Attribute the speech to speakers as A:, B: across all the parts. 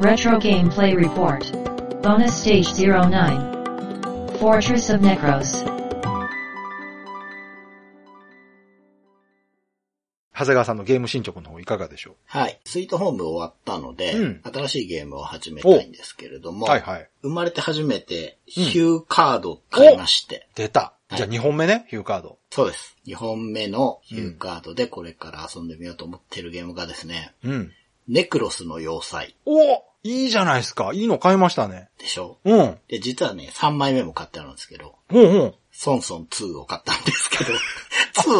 A: Retro Gameplay Report. Bonus Stage 09. Fortress of Necros.
B: 長谷川さんのゲーム進捗の方いかがでしょ
C: はい。スイートホーム終わったので、
B: うん
C: 新しいゲームを始めたいんですけれど
B: う
C: も、
B: はいはい。
C: 生まれて初めて、ヒューカードを買いまして、
B: 出た。じゃあ2本目ね、ヒューカード。
C: そうです。2本目のヒューカードでこれから遊んでみようと思ってるゲームがですね、
B: うん。
C: ネクロスの要塞
B: おいいじゃないですか。いいの買いましたね。
C: でしょ
B: うん。うん
C: で、実はね、3枚目も買ってあるんですけど、
B: うん。
C: ソンソン2を買ったんですけど、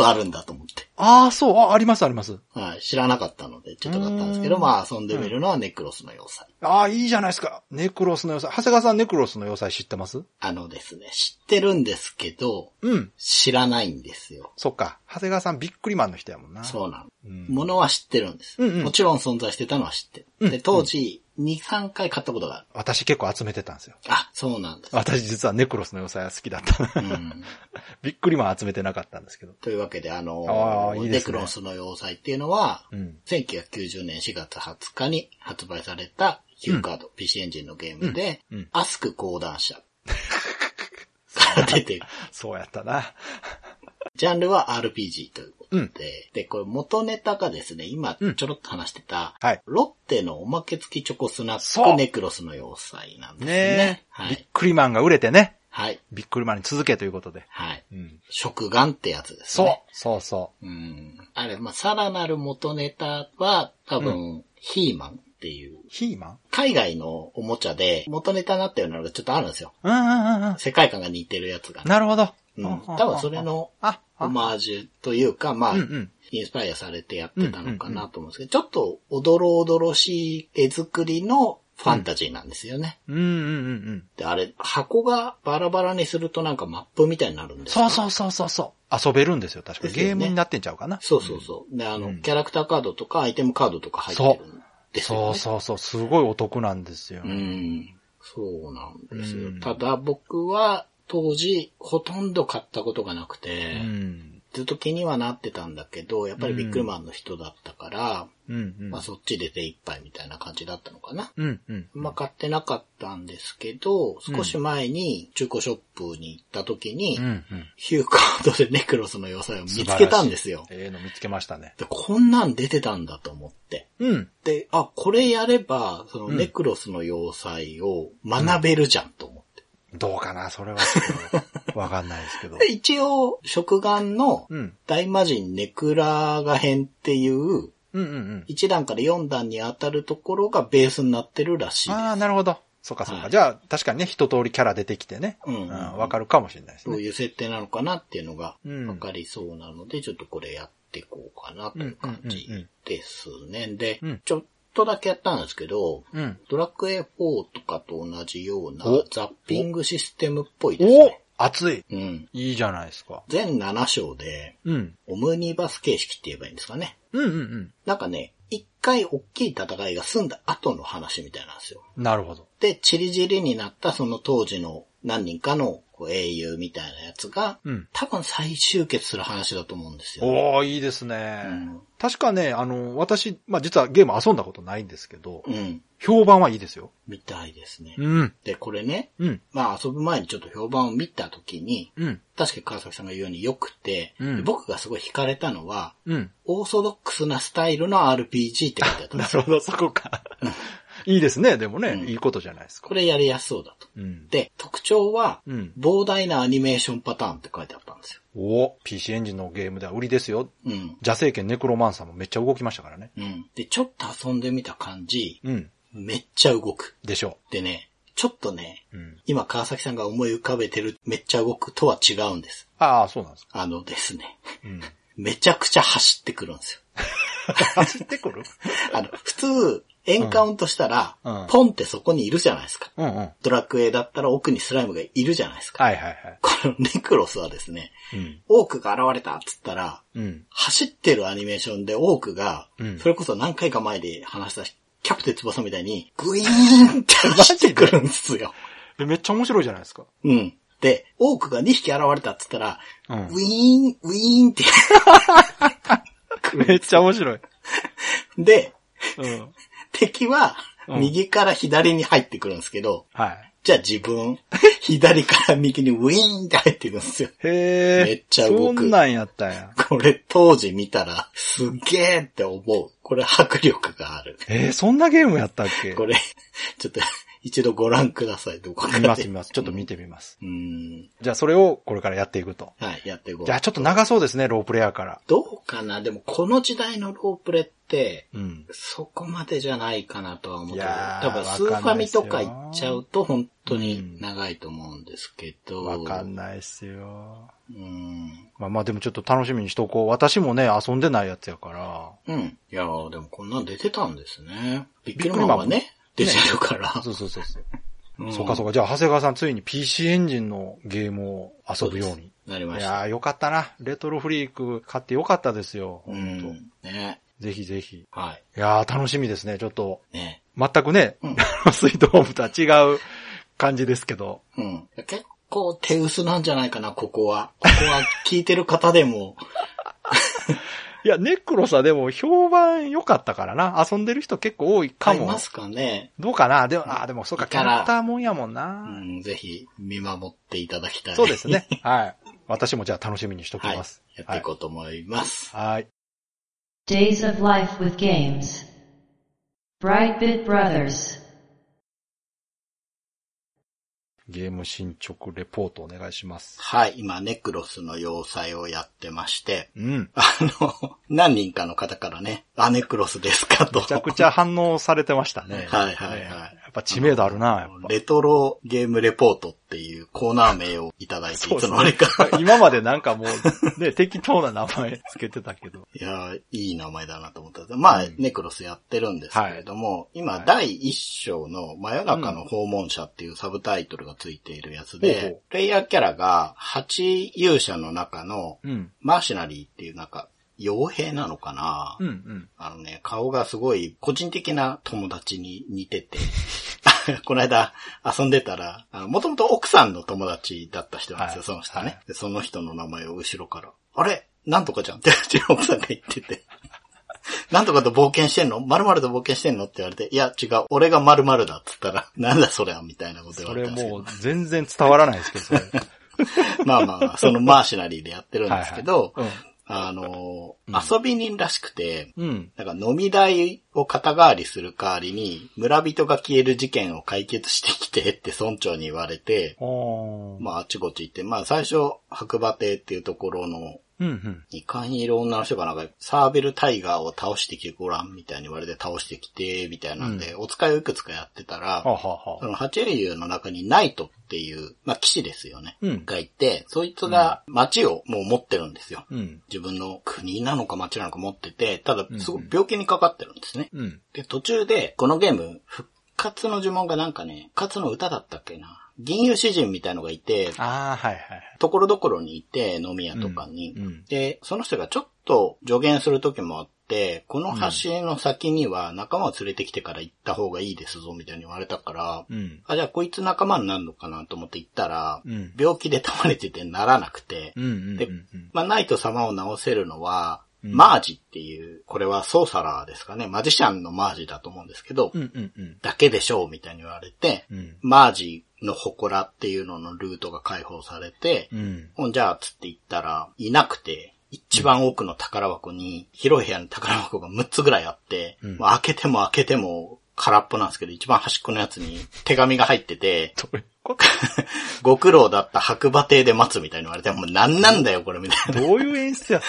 C: 2あるんだと思って。
B: ああ、そう。あ、ありますあります。
C: はい、知らなかったので、ちょっと買ったんですけど、まあ遊んでみるのはネクロスの要塞。
B: ああ、いいじゃないですか。ネクロスの要塞。長谷川さんネクロスの要塞知ってます
C: あのですね、知ってるんですけど、
B: うん。
C: 知らないんですよ。
B: そっか。長谷川さんビックリマンの人やもんな。
C: そうなの。
B: うん
C: ものは知ってるんです。
B: うんうん
C: もちろん存在してたのは知ってる。
B: うん
C: で、当時、2、3回買ったことがある。
B: 私結構集めてたんですよ。
C: あ、そうなんです。
B: 私実はネクロスの要塞は好きだった
C: う
B: な。
C: ん、
B: ビックリマン集めてなかったんですけど。
C: というわけで、あの
B: あーいいで
C: ネ
B: す
C: ク
B: ね
C: ロスの要塞っていうのは、
B: うん。
C: 1990年4月20日に発売されたヒューカード、PC エンジンのゲームで、
B: うんうん
C: アスク講 談社から出てる。
B: そうやったな。
C: ジャンルは RPG ということ
B: うん。
C: で、で、これ元ネタがですね、今
B: うん
C: ちょろっと話してた、
B: はい
C: ロッテのおまけ付きチョコスナッ
B: そう
C: クネクロスの要塞なんですね。
B: ねえ。
C: は
B: ビッ
C: い。
B: クリマンが売れてね。
C: はい。
B: ビックリマンに続けということで。
C: はい。
B: うん。
C: 食玩ってやつです
B: そう、
C: ね。。
B: そうそう
C: うん。あれ、まあ、さらなる元ネタは、多分、ヒーマンっていう、
B: う。ヒーマン
C: 海外のおもちゃで元ネタになったようなのがちょっとあるんですよ。
B: うんうんうんうん。
C: 世界観が似てるやつがね。
B: なるほど。
C: うん。
B: ああ
C: 多分それの
B: あ、あ
C: オマージュというか、まあ、
B: うんうん
C: インスパイアされてやってたのかなと思うんですけど、ちょっとおどろおどろしい絵作りのファンタジーなんですよね。
B: うんうんうんうん。
C: で、あれ、箱がバラバラにするとなんかマップみたいになるんですよ
B: そうそうそうそうそう。遊べるんですよ、確か
C: で
B: に。
C: すよね
B: ゲームになってんちゃうかな。
C: そうそうそう。で、あの、キャラクターカードとかアイテムカードとか入ってるんですよ
B: そ
C: ね。
B: うそうそう。すごいお得なんですよ。
C: うん。そうなんですよ。
B: うん
C: ただ僕は当時ほとんど買ったことがなくて、
B: うん。
C: ずっと気にはなってたんだけど、やっぱりビックルマンの人だったから、
B: うんうん
C: まあ。そっちで手一杯みたいな感じだったのかな。
B: うんうん。
C: まあ買ってなかったんですけど、少し前に中古ショップに行った時に、
B: うんうん。
C: ヒューカードでネクロスの要塞を見つけたんですよ。
B: ええの見つけましたね。
C: でこんなん出てたんだと思って。
B: うん。
C: で、あ、これやれば、その
B: うん
C: ネクロスの要塞を学べるじゃんと思って。
B: どうかな、それはちょっと。わかんないです けど。
C: で一応、食玩の
B: うん。
C: 大魔神ネクラガ編っていう、
B: うんうんうん。
C: 1段から4段に当たるところがベースになってるらしいです
B: ああ、なるほど。そうかそうか。
C: はい
B: じゃあ、確かにね、一通りキャラ出てきてね。
C: うん
B: わ、かるかもしれないです
C: そう
B: ね。
C: いう設定なのかなっていうのが
B: うん
C: 分かりそうなので、ちょっとこれやっていこうかなという感
B: うんうんうんう
C: じ
B: ん
C: ですね。で
B: うん、
C: ちょっとだけやったんですけど、
B: うん。
C: ドラクエ4とかと同じような
B: お
C: ザッピングシステムっぽいです
B: お
C: ね。
B: 熱い
C: うん。
B: いいじゃないですか。
C: 全7章で、
B: うん。
C: オムニバス形式って言えばいいんですかね。
B: うんうん
C: なんかね、一回大きい戦いが済んだ後の話みたいなんですよ。
B: うん。なるほど。
C: で、チリジリになったその当時の何人かのこう英雄みたいなやつが、
B: うん。
C: 多分再集結する話だと思うんですよ。
B: おー、いいですね。
C: うん
B: 確かね、あの、私、まあ、実はゲーム遊んだことないんですけど、
C: うん。
B: 評判はいいですよ。
C: みたいですね。
B: うん。
C: で、これね、
B: うん。
C: まあ遊ぶ前にちょっと評判を見たときに、
B: うん。
C: 確かに川崎さんが言うように良くて、
B: うん
C: で僕がすごい惹かれたのは、
B: うん。
C: オーソドックスなスタイルの RPG って書いてあったんで
B: な
C: すよ。
B: るほど、そこか。 いいですね、でもね、
C: うん
B: いいことじゃないですか。
C: これやりやすそうだと。
B: うん。
C: で、特徴は、
B: うん
C: 膨大なアニメーションパターンって書いてあったんですよ。
B: お PC エンジンのゲームでは売りですよ。
C: うん。
B: 邪聖剣ネクロマンサーもめっちゃ動きましたからね。
C: うん。で、ちょっと遊んでみた感じ、
B: うん。
C: めっちゃ動く。
B: でしょ
C: でね、ちょっとね、
B: う。うん。
C: 今川崎さんが思い浮かべてるめっちゃ動くとは違うんです。
B: ああ、そうなんですか。
C: あのですね、
B: うん。
C: めちゃくちゃ走ってくるんですよ。
B: 走ってくる
C: あの、普通、エンカウントしたら、
B: うん
C: ポンってそこにいるじゃないですか。
B: うんうん。はい
C: ドラクエだったら奥にスライムがいるじゃないですか。
B: はいはい。
C: このネクロスはですね、
B: うん。
C: オークが現れたっつったら、
B: うん。
C: 走ってるアニメーションでオークが
B: う、ん
C: それこそ何回か前で話したキャプテン翼みたいに、グイーンって走ってくるんですよ。
B: え、めっちゃ面白いじゃないですか。
C: うん。で、オークが2匹現れたっつったら、
B: うん
C: ウィーン、ウィーンって。
B: めっちゃ面白い。
C: で、
B: うん。
C: 敵は、
B: うん
C: 右から左に入ってくるんですけど、
B: はい。
C: じゃあ自分、左から右にウィーンって入っていくんですよ。
B: へえ。
C: めっちゃ動く
B: そんなんやったんや。
C: これ当時見たら、すげえって思う。これ迫力がある。
B: えー、そんなゲームやったっけ
C: これ、ちょっと、一度ご覧ください。どこかで
B: 見ます見ます。ちょっと見てみます。
C: うん。
B: じゃあそれをこれからやっていくと。
C: はい、やっていこう
B: じゃあちょっと長そうですね、ロープレイヤーから。
C: どうかなでもこの時代のロープレって、
B: うん。
C: そこまでじゃないかなとは思うけど、
B: いやー
C: 多分スーファミとか行っちゃうと本当に長いと思うんですけど。
B: わかんないっすよ。
C: うん。
B: まあまあでもちょっと楽しみにしとこう。私もね、遊んでないやつや から。
C: うん。いやー、でもこんなん出てたんですね。ビックリマンはね、出てるから。
B: そうそうそうそう。
C: ん
B: そうかそうか。じゃあ、長谷川さんついに PC エンジンのゲームを遊ぶように。
C: なりま
B: い
C: した。
B: やー、よかったな。レトロフリーク買ってよかったですよ。
C: う
B: ほんと
C: ん。ね。
B: ぜひぜひ。
C: はい
B: やー、楽しみですね。ちょっと、
C: い。ね。
B: 全くね、
C: うん
B: スイートホームとは違う感じですけど。
C: うん。結構手薄なんじゃないかな、ここは。ここは聞いてる方でも。
B: いや、ネクロさでも評判良かったからな。遊んでる人結構多い か
C: 買い
B: も
C: ま。すかね。
B: どうかなでも、あーでもそうか、
C: いい
B: キ
C: か
B: ャ
C: ら
B: ラクターもんやもん
C: う
B: な。
C: ん、ぜひ見守っていただきたい。
B: そうですね。はい。私もじゃあ楽しみにしとき
C: はい。 や
B: ます。
C: っていこうと思います。
B: はい。
A: Days of Life with Games. Brightbit Brothers.
B: ゲーム進捗レポートお願いします。
C: はい、今、ネクロスの要塞をやってまして、
B: うん。
C: あの、 何人かの方からね、あ、ネクロスですかと。
B: めちゃくちゃ反応されてましたね。
C: はいはいはい
B: やっぱ知名度あるな、やっ
C: レトロゲームレポートっていうコーナー名をいただいて、いつの間にか。
B: ぱ。 今までなんかもう、ね、適当な名前つけてたけど。
C: いやー、いい名前だなと思った。まあ、ネクロスやってるんですけれども、今、第一章の真夜中の訪問者っていうサブタイトルがついているやつで、
B: ほうほう
C: プレイヤーキャラが8勇者の中の
B: うん。
C: マーシナリーっていうなんか、傭兵なのかな、
B: うんうん。
C: あのね、顔がすごい個人的な友達に似てて、 この間遊んでたら、あの、もともと奥さんの友達だった人なんですよ、
B: はい
C: その人ね、
B: はい
C: でその人の名前を後ろから、あれなんとかじゃんってうちの奥さんが言ってて。 なんとかと冒険してんのまるまると冒険してんのって言われて、いや違う、俺がまるまるだって言ったら、なんだそりゃみたいなこと言
B: そ
C: われ
B: れ
C: たんですけど
B: もう全然伝わらないですけど、それ。
C: まあまあまあ、そのマーシナリーでやってるんですけ ど、
B: はいはい
C: あのー、遊び人らしくて、
B: うん。
C: なんか飲み代を肩代わりする代わりに、村人が消える事件を解決してきてって村長に言われて、
B: おー。
C: まああちこち行って、まあ最初、白馬亭っていうところの、
B: うんうん。
C: 二階にいる女の人がなんか、サーベルタイガーを倒してきてごらんみたいに言われて倒してきて、みたいなんで、お使いをいくつかやってた
B: は、
C: ら
B: はは
C: その八英雄の中にナイトっていう、まあ騎士ですよね、
B: うん
C: がいて、そいつが街をもう持ってるんですよ。
B: うん。
C: 自分の国なのか街なのか持ってて、ただ
B: うん、
C: すごく病気にかかってるんですね。
B: うん。
C: で、途中で、このゲーム、復活の呪文がなんかね、復活の歌だったっけな。銀融詩人みたいのがいて、
B: あー、はいはい。
C: ところどころにいて、飲み屋とかに。
B: うんうん
C: で、その人がちょっと助言する時もあって、この橋の先には仲間を連れてきてから行った方がいいですぞ、みたいに言われたから、
B: うん。
C: あ、じゃあこいつ仲間になるのかなと思って行ったら、
B: うん。
C: 病気で倒れててならなくて、
B: うんうんう
C: で
B: んうん。
C: まあ、ナイト様を治せるのは、
B: うん
C: マージっていう、これはソーサラーですかね、マジシャンのマージだと思うんですけど、
B: うんうんうん。
C: だけでしょうみたいに言われて、
B: うん。
C: マージの祠っていうののルートが解放されて、
B: うん。
C: ほんじゃあつって言ったら、いなくて、一番奥の宝箱に、広い部屋の宝箱が6つぐらいあって、
B: うん
C: まあ、開けても開けても空っぽなんですけど、一番端っこのやつに手紙が入ってて、
B: どういうこと
C: ご苦労だった白馬亭で待つみたいに言われて、もう何なんだよこれみたいな。
B: どういう演出やっ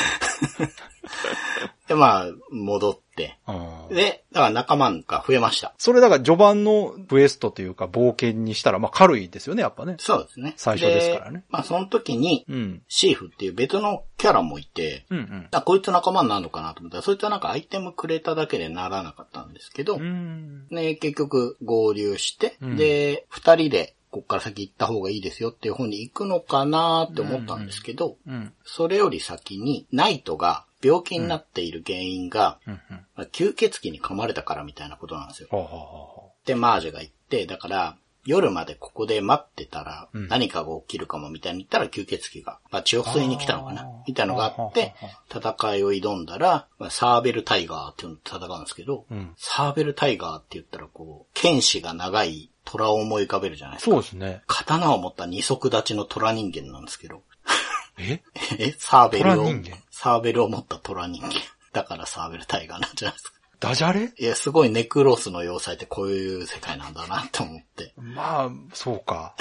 C: で、まあ、戻って。
B: たの うん
C: で、だから仲間が増えました。
B: それだから序盤のクエストというか冒険にしたら、まあ軽いですよね、やっぱね。
C: そうですね。
B: 最初ですからね
C: まあ、その時に、
B: うん。
C: シーフっていう別のキャラもいて、
B: うんうん。
C: あ、こいつ仲間になるのかなと思ったら、そいつはなんかアイテムくれただけでならなかったんですけど、
B: うん。
C: ね、結局合流して、
B: うん
C: で、二人で、こっから先行った方がいいですよっていう方に行くのかなって思ったんですけど、
B: うん。
C: それより先に、ナイトが病気になっている原因が、
B: うんうん。
C: まあ吸血鬼に噛まれたからみたいなことなんですよ。
B: ほうほうほ
C: で、マージュが行って、だから、夜までここで待ってたら
B: うん
C: 何かが起きるかもみたいに言ったら吸血鬼が、まあ、血を吸いに来たのか
B: あ
C: な
B: ー
C: みたいなのがあって、戦いを挑んだら、まあサーベルタイガーっていうのと戦うんですけど、
B: うん。
C: サーベルタイガーって言ったらこう、剣士が長い虎を思い浮かべるじゃないですか。
B: そうですね。
C: 刀を持った二足立ちの虎人間なんですけど、
B: え
C: え、サーベルを
B: 虎人間、
C: サーベルを持った虎人間。だからサーベルタイガーなんじゃないですか。
B: ダジャレ
C: いや、すごいネクロスの要塞ってこういう世界なんだなって思って。
B: まあ、そうか。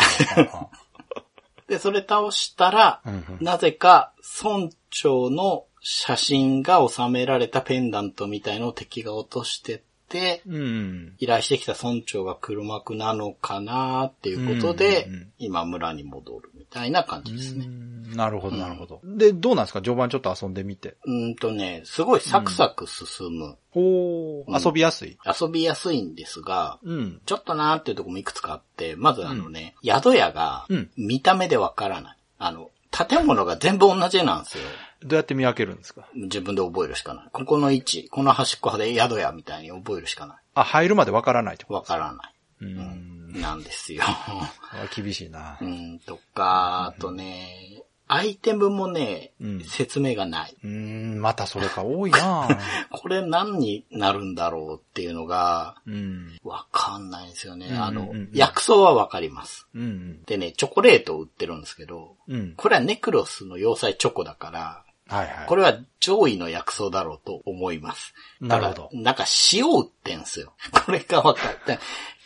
C: で、それ倒したら、
B: うんうん
C: なぜか村長の写真が収められたペンダントみたいのを敵が落としてって、
B: うん。
C: 依頼してきた村長が黒幕なのかなっていうことで、
B: うんうんうん
C: 今村に戻るみたいな感じですね。
B: うんなるほど、なるほど。で、どうなんですか序盤ちょっと遊んでみて。
C: うんとね、すごいサクサク進む。
B: お
C: うん
B: ー、遊びやすい。
C: 遊びやすいんですが、
B: うん。
C: ちょっとなーっていうとこもいくつかあって、まずあのね、宿屋が
B: うん
C: 見た目でわからない。あの、建物が全部同じなんですよ。
B: どうやって見分けるんですか
C: 自分で覚えるしかない。ここの位置、この端っこで宿屋みたいに覚えるしかな
B: あ、入るまでわからないって
C: い。
B: こ
C: わからな
B: と。うん。
C: い。なんです よ。
B: あ厳しいな
C: う。ん、とか、あとね、アイテムもね、
B: うん
C: 説明がない。
B: うん、またそれか多いな
C: これ何になるんだろうっていうのが、
B: うん。
C: わかんないんですよね。
B: うん
C: あ
B: うん
C: の
B: うん、
C: 薬草はわかります。
B: うん。
C: でね、チョコレートを売ってるんですけど、
B: うん。
C: これはネクロスの要塞チョコだから、
B: はいはい。
C: これは上位の薬草だろうと思います。
B: なるほど
C: ただなんか塩売ってんすよ。 これが分かった。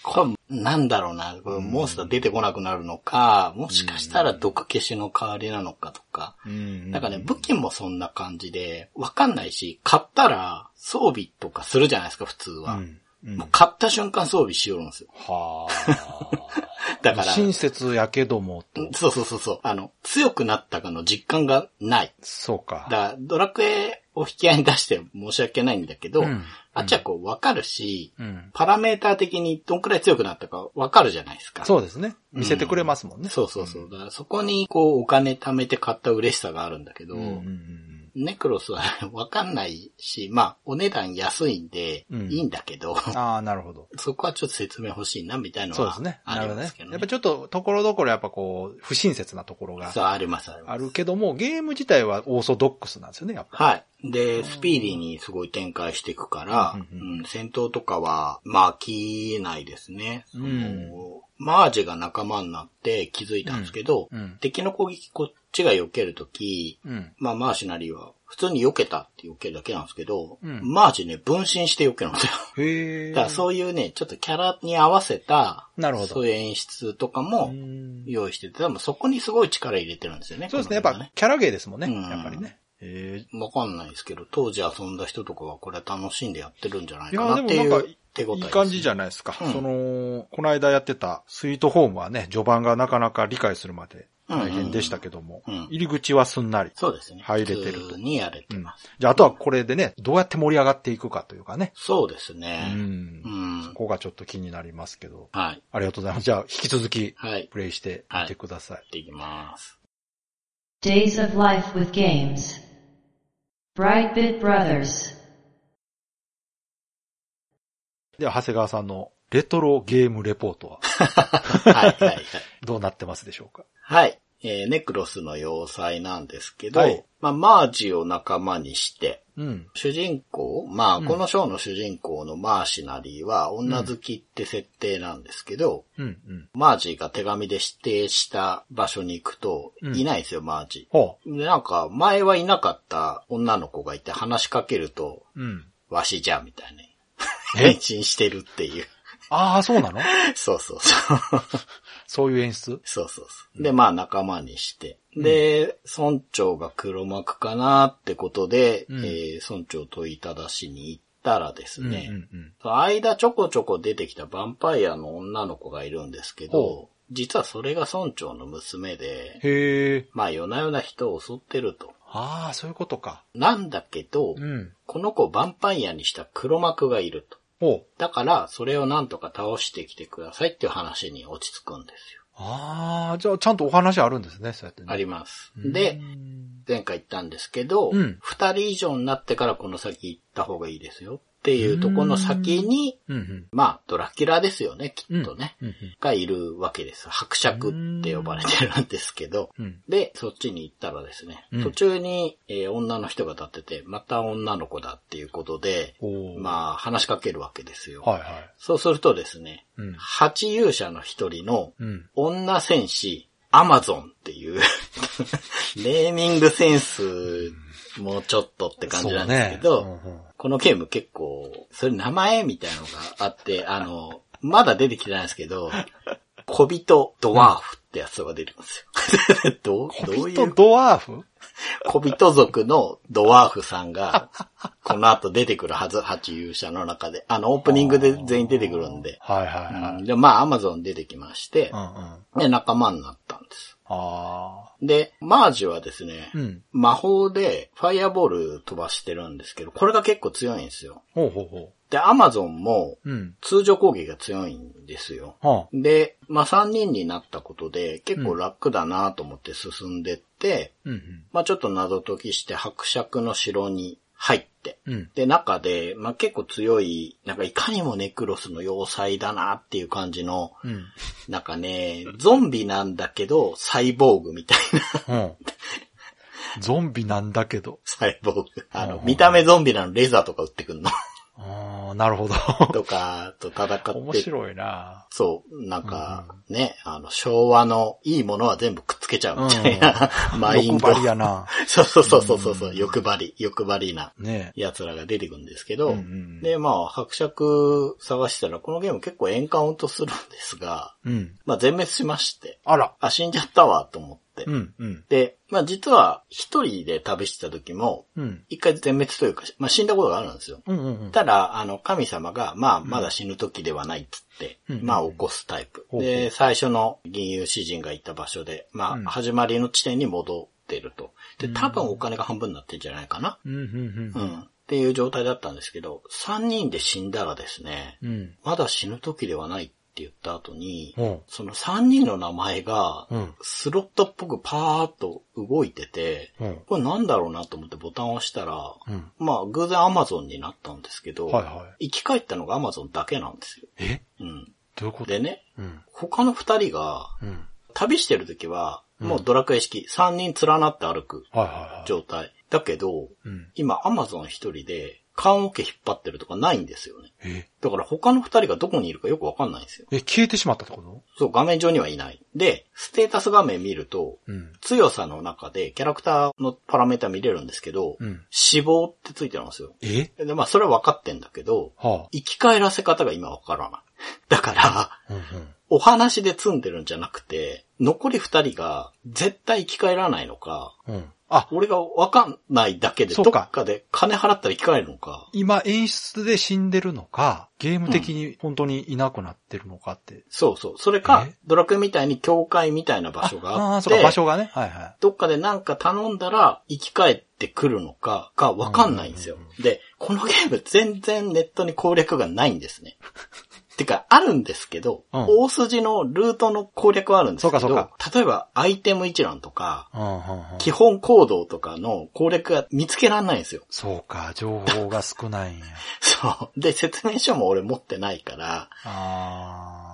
C: これ、なんだろうな。これモンスター出てこなくなるのか、もしかしたら毒消しの代わりなのかとか。
B: うん。
C: なんかね、武器もそんな感じで、わかんないし、買ったら装備とかするじゃないですか、普通は。
B: うん。うん
C: もう買った瞬間装備しよるんですよ。
B: は
C: だか
B: あ。
C: ら、
B: 親切やけども、と。
C: そうそうそうそう、あの、強くなったかの実感がない。
B: そう
C: だ
B: か。
C: から、ドラクエを引き合いに出して申し訳ないんだけど、
B: うん
C: あっちはこうわかるし、
B: うん。
C: パラメーター的にどんくらい強くなったかわかるじゃないですか。
B: そうですね。見せてくれますもんね。
C: そうそうそう。だからそこにこうお金貯めて買った嬉しさがあるんだけど、
B: うんうん
C: ネクロスは わかんないし、まあお値段安いんで
B: うん
C: いいんだけど、
B: うん。ああ、なるほど。
C: そこはちょっと説明欲しいなみたいなの
B: そうで
C: は
B: すね。
C: あ
B: なる
C: り
B: ほど
C: ま
B: ね
C: すけ。ど
B: やっ
C: ね
B: ぱ。ちょっと、ところどころやっぱこう、不親切なところが
C: そう、ありますあります。
B: あるけども、ゲーム自体はオーソドックスなんですよね、やっぱ。
C: はい。で、スピーディーにすごい展開していくから、
B: うんう
C: うん戦闘とかは、まあ、飽きないですね。その
B: うん
C: マージが仲間になって気づいたんですけど、
B: うんうん
C: 敵の攻撃こっちが避けるとき、
B: うん。
C: まあ、マーシなりは、普通に避けたって避けるだけなんですけど、
B: うん
C: マージね、分身して避けるんですよ。
B: へえ。
C: だからそういうね、ちょっとキャラに合わせた、
B: なるほど
C: そういう演出とか
B: う
C: も
B: ん
C: 用意してて、多分そこにすごい力入れてるんですよね。
B: そうですね。やっ
C: この辺は
B: ぱ、キャラゲーですもんね。
C: うん
B: やっぱりね。へ
C: わかんないですけど、当時遊んだ人とかはこれ楽しんでやってるんじゃない
B: え。い
C: か
B: や、
C: な
B: で
C: っ
B: も
C: てい
B: なんか
C: う、手応え、
B: いい感じじ
C: ゃ
B: ゃないですか。
C: うん
B: その、この間やってたスイートホームはね、序盤がなかなか理解するまで大変でしたけども、
C: うんうんうん
B: 入り口はすんなり。
C: そうですね。
B: 入れてると
C: 普通にやれて
B: うん
C: ます。
B: じゃあ、あとはこれでね、どうやって盛り上がっていくかというかね。
C: そうです
B: う
C: ね。
B: ん
C: うん。。
B: そこがちょっと気になりますけど。
C: はい。
B: ありがとうございます。じゃあ、引き続き、
C: はい。やっ
B: プレイしてみてください。
C: ていきます。
A: Days of Life with Games. Brightbit Brothers.
B: では、長谷川さんのレトロゲームレポートは
C: はい、はい、はい。
B: どうなってますでしょうか
C: はい。えー、ネクロスの要塞なんですけど、
B: はい
C: まあ、マージを仲間にして、
B: うん。
C: 主人公、まあ、この章の主人公のマーシナリーは女好きって設定なんですけど、
B: うん、うん。
C: マージが手紙で指定した場所に行くと、
B: うん
C: いないんですよ、マージ。
B: ほ
C: で、なんか、前はいなかった女の子がいて話しかけると、
B: う。うん。
C: わしじゃ、みたいな。
B: え
C: 変身してるっていう。
B: ああ、そうなの
C: そうそうそう。
B: そういう演出
C: そうそうそう。で、まあ仲間にして。で、村長が黒幕かなってことで、
B: うん
C: えー村長問いただしに行ったらですね、
B: うんうん
C: 間ちょこちょこ出てきたヴァンパイアの女の子がいるんですけ
B: ほ
C: ど、実はそれが村長の娘
B: うん。
C: で、
B: へえ。
C: まあ夜な夜な人を襲ってると。
B: ああ、そういうことか。
C: なんだけど、
B: うん。
C: この子をヴァンパイアにした黒幕がいると。
B: ほう。
C: だから、それをなんとか倒してきてくださいっていう話に落ち着くんですよ。
B: ああ、じゃあ、ちゃんとお話あるんですね、そうやってね。
C: あります。
B: うん
C: で、前回言ったんですけど、
B: うん
C: 二人以上になってからこの先行った方がいいですよっていうとこの先に、
B: うんうん。
C: まあ、ドラキュラですよね、きっとね。
B: うんうん。
C: がいるわけです。伯爵って呼ばれてるんですけど。
B: うん。
C: で、そっちに行ったらですね、
B: うん
C: 途中に、えー女の人が立ってて、また女の子だっていうことで、
B: おー
C: まあ、話しかけるわけですよ。
B: はいはい。
C: そうするとですね、
B: うん。
C: 八勇者の一人の
B: うん。
C: 女戦士、アマゾンっ ていう、ネーミングセンスもうちょっとって感じなんですけど、
B: そうねうんうん
C: このゲーム結構、それ名前みたいなのがあって、 あの、まだ出てきてないんですけど、小人ドワーフってやつが出てくるんですよ。 どうど
B: 小
C: うい
B: 人
C: う
B: ドワーフ
C: 小人族のドワーフさんが、この後出てくるはず、八勇者の中で。あの、オープニングで全員出てくるんで。
B: はいはいは
C: うん
B: い。
C: で、まあ、アマゾン出てきまして
B: うん、うん。
C: で、仲間になったんです。
B: あ
C: で、マージはですね、
B: ー。うん。
C: 魔法でファイアボール飛ばしてるんですけど、これが結構強いんですよ。
B: ほうほうほ
C: で、アマゾンも
B: う。うん。
C: 通常攻撃が強いんですよ。
B: はあ。
C: で、まあ、3人になったことで、結構楽だなと思って進んでって、
B: うんうん。
C: まあ、ちょっと謎解きして伯爵の城に入って、
B: うん。
C: で、中で、まあ、結構強い、なんかいかにもネクロスの要塞だなっていう感じの、
B: うん。
C: なんかね、ゾンビなんだけど、サイボーグみたいな
B: うん。 ゾンビなんだけど。
C: サイボーグ。あの
B: う、ん
C: 見た目ゾンビなのレーザーとか撃ってくんの
B: あー、なるほ ど。
C: とか、と戦って。
B: 面白いな
C: そう、なんか、ね、あの、昭和のいいものは全部くっつけちゃうみたいな、 マインド。
B: 欲張りやな
C: そうそうそうそうそう、う欲張り、欲張りな
B: ね
C: 奴らが出てくるんですけど、
B: うんうんうん
C: で、まあ、伯爵探してたら、このゲーム結構エンカウントするんですが、
B: うん。
C: まあ、全滅しまして、
B: あら。
C: あ、死んじゃったわ、と思って。
B: うん、うん。
C: で、まあ、実は、一人で旅してた時も、
B: うん。
C: 一回全滅というか、まあ、死んだことがあるんですよ。
B: うん、うん、うん。
C: ただ、あの、神様が、まあ、まだ死ぬ時ではないっつって、
B: うん
C: まあ、起こすタイプ。
B: ほうほう
C: で、最初の銀融詩人がいた場所で、ま
B: うん
C: あ、始まりの地点に戻ってると。で、多分お金が半分になってんじゃないかな。
B: うん、うん、
C: う
B: うん
C: ん。っていう状態だったんですけど、3人で死んだらですね、
B: うん。
C: まだ死ぬ時ではないって言った後に、
B: ほう
C: その3人の名前が
B: うん、
C: スロットっぽくパーっと動いてて、
B: ほう
C: これなんだろうなと思ってボタンを押したら、
B: うん。
C: まあ、偶然アマゾンになったんですけど、
B: はいは
C: 生き返ったのがアマゾンだけなんですよ。
B: え
C: うん。
B: どういうこと
C: でね、
B: うん。
C: 他の二人が、
B: うん。
C: 旅してる時は、
B: うん
C: もうドラクエ式、三人連なって歩く
B: はいはいはい。
C: 状態。だけど、
B: うん。
C: 今アマゾン一人で、缶桶引っ張ってるとかないんですよね。
B: え
C: だから他の二人がどこにいるかよくわかんないんですよ。
B: え、消えてしまったってこと
C: そう、画面上にはいない。で、ステータス画面見ると、
B: うん。
C: 強さの中でキャラクターのパラメータ見れるんですけど、
B: うん。
C: 死亡ってついてるんですよ。
B: え
C: で、まあそれは分かってんだけど、
B: は
C: 生き返らせ方が今わからない。 だから、
B: あ。うん、うん。
C: お話で積んでるんじゃなくて、残り二人が絶対生き返らないのか、
B: うん。あ、
C: 俺がわかんないだけで、
B: そ
C: ど
B: う
C: っ
B: か
C: かで金払ったら生き返るのか。
B: 今演出で死んでるのか、ゲーム的に本当にいなくなってるのかって。
C: そうそう。それか
B: え、
C: ドラクエみたいに教会みたいな場所があ
B: あ
C: っ
B: ーそう
C: て、
B: か、場所がね。はいは
C: どっかでなんか頼んだら生き返ってくるのかがわかんないんですよ
B: うんうんう。
C: で、このゲーム全然ネットに攻略がないんですね。 てか、あるんですけど、
B: うん
C: 大筋のルートの攻略はあるんですけ
B: そうか
C: ど、例えばアイテム一覧とか、
B: い。うんうんうん。
C: 基本行動とかの攻略が見つけられないんですよ。
B: そうか、情報が少ないんや。
C: そう。で、説明書も俺持ってないから、
B: あ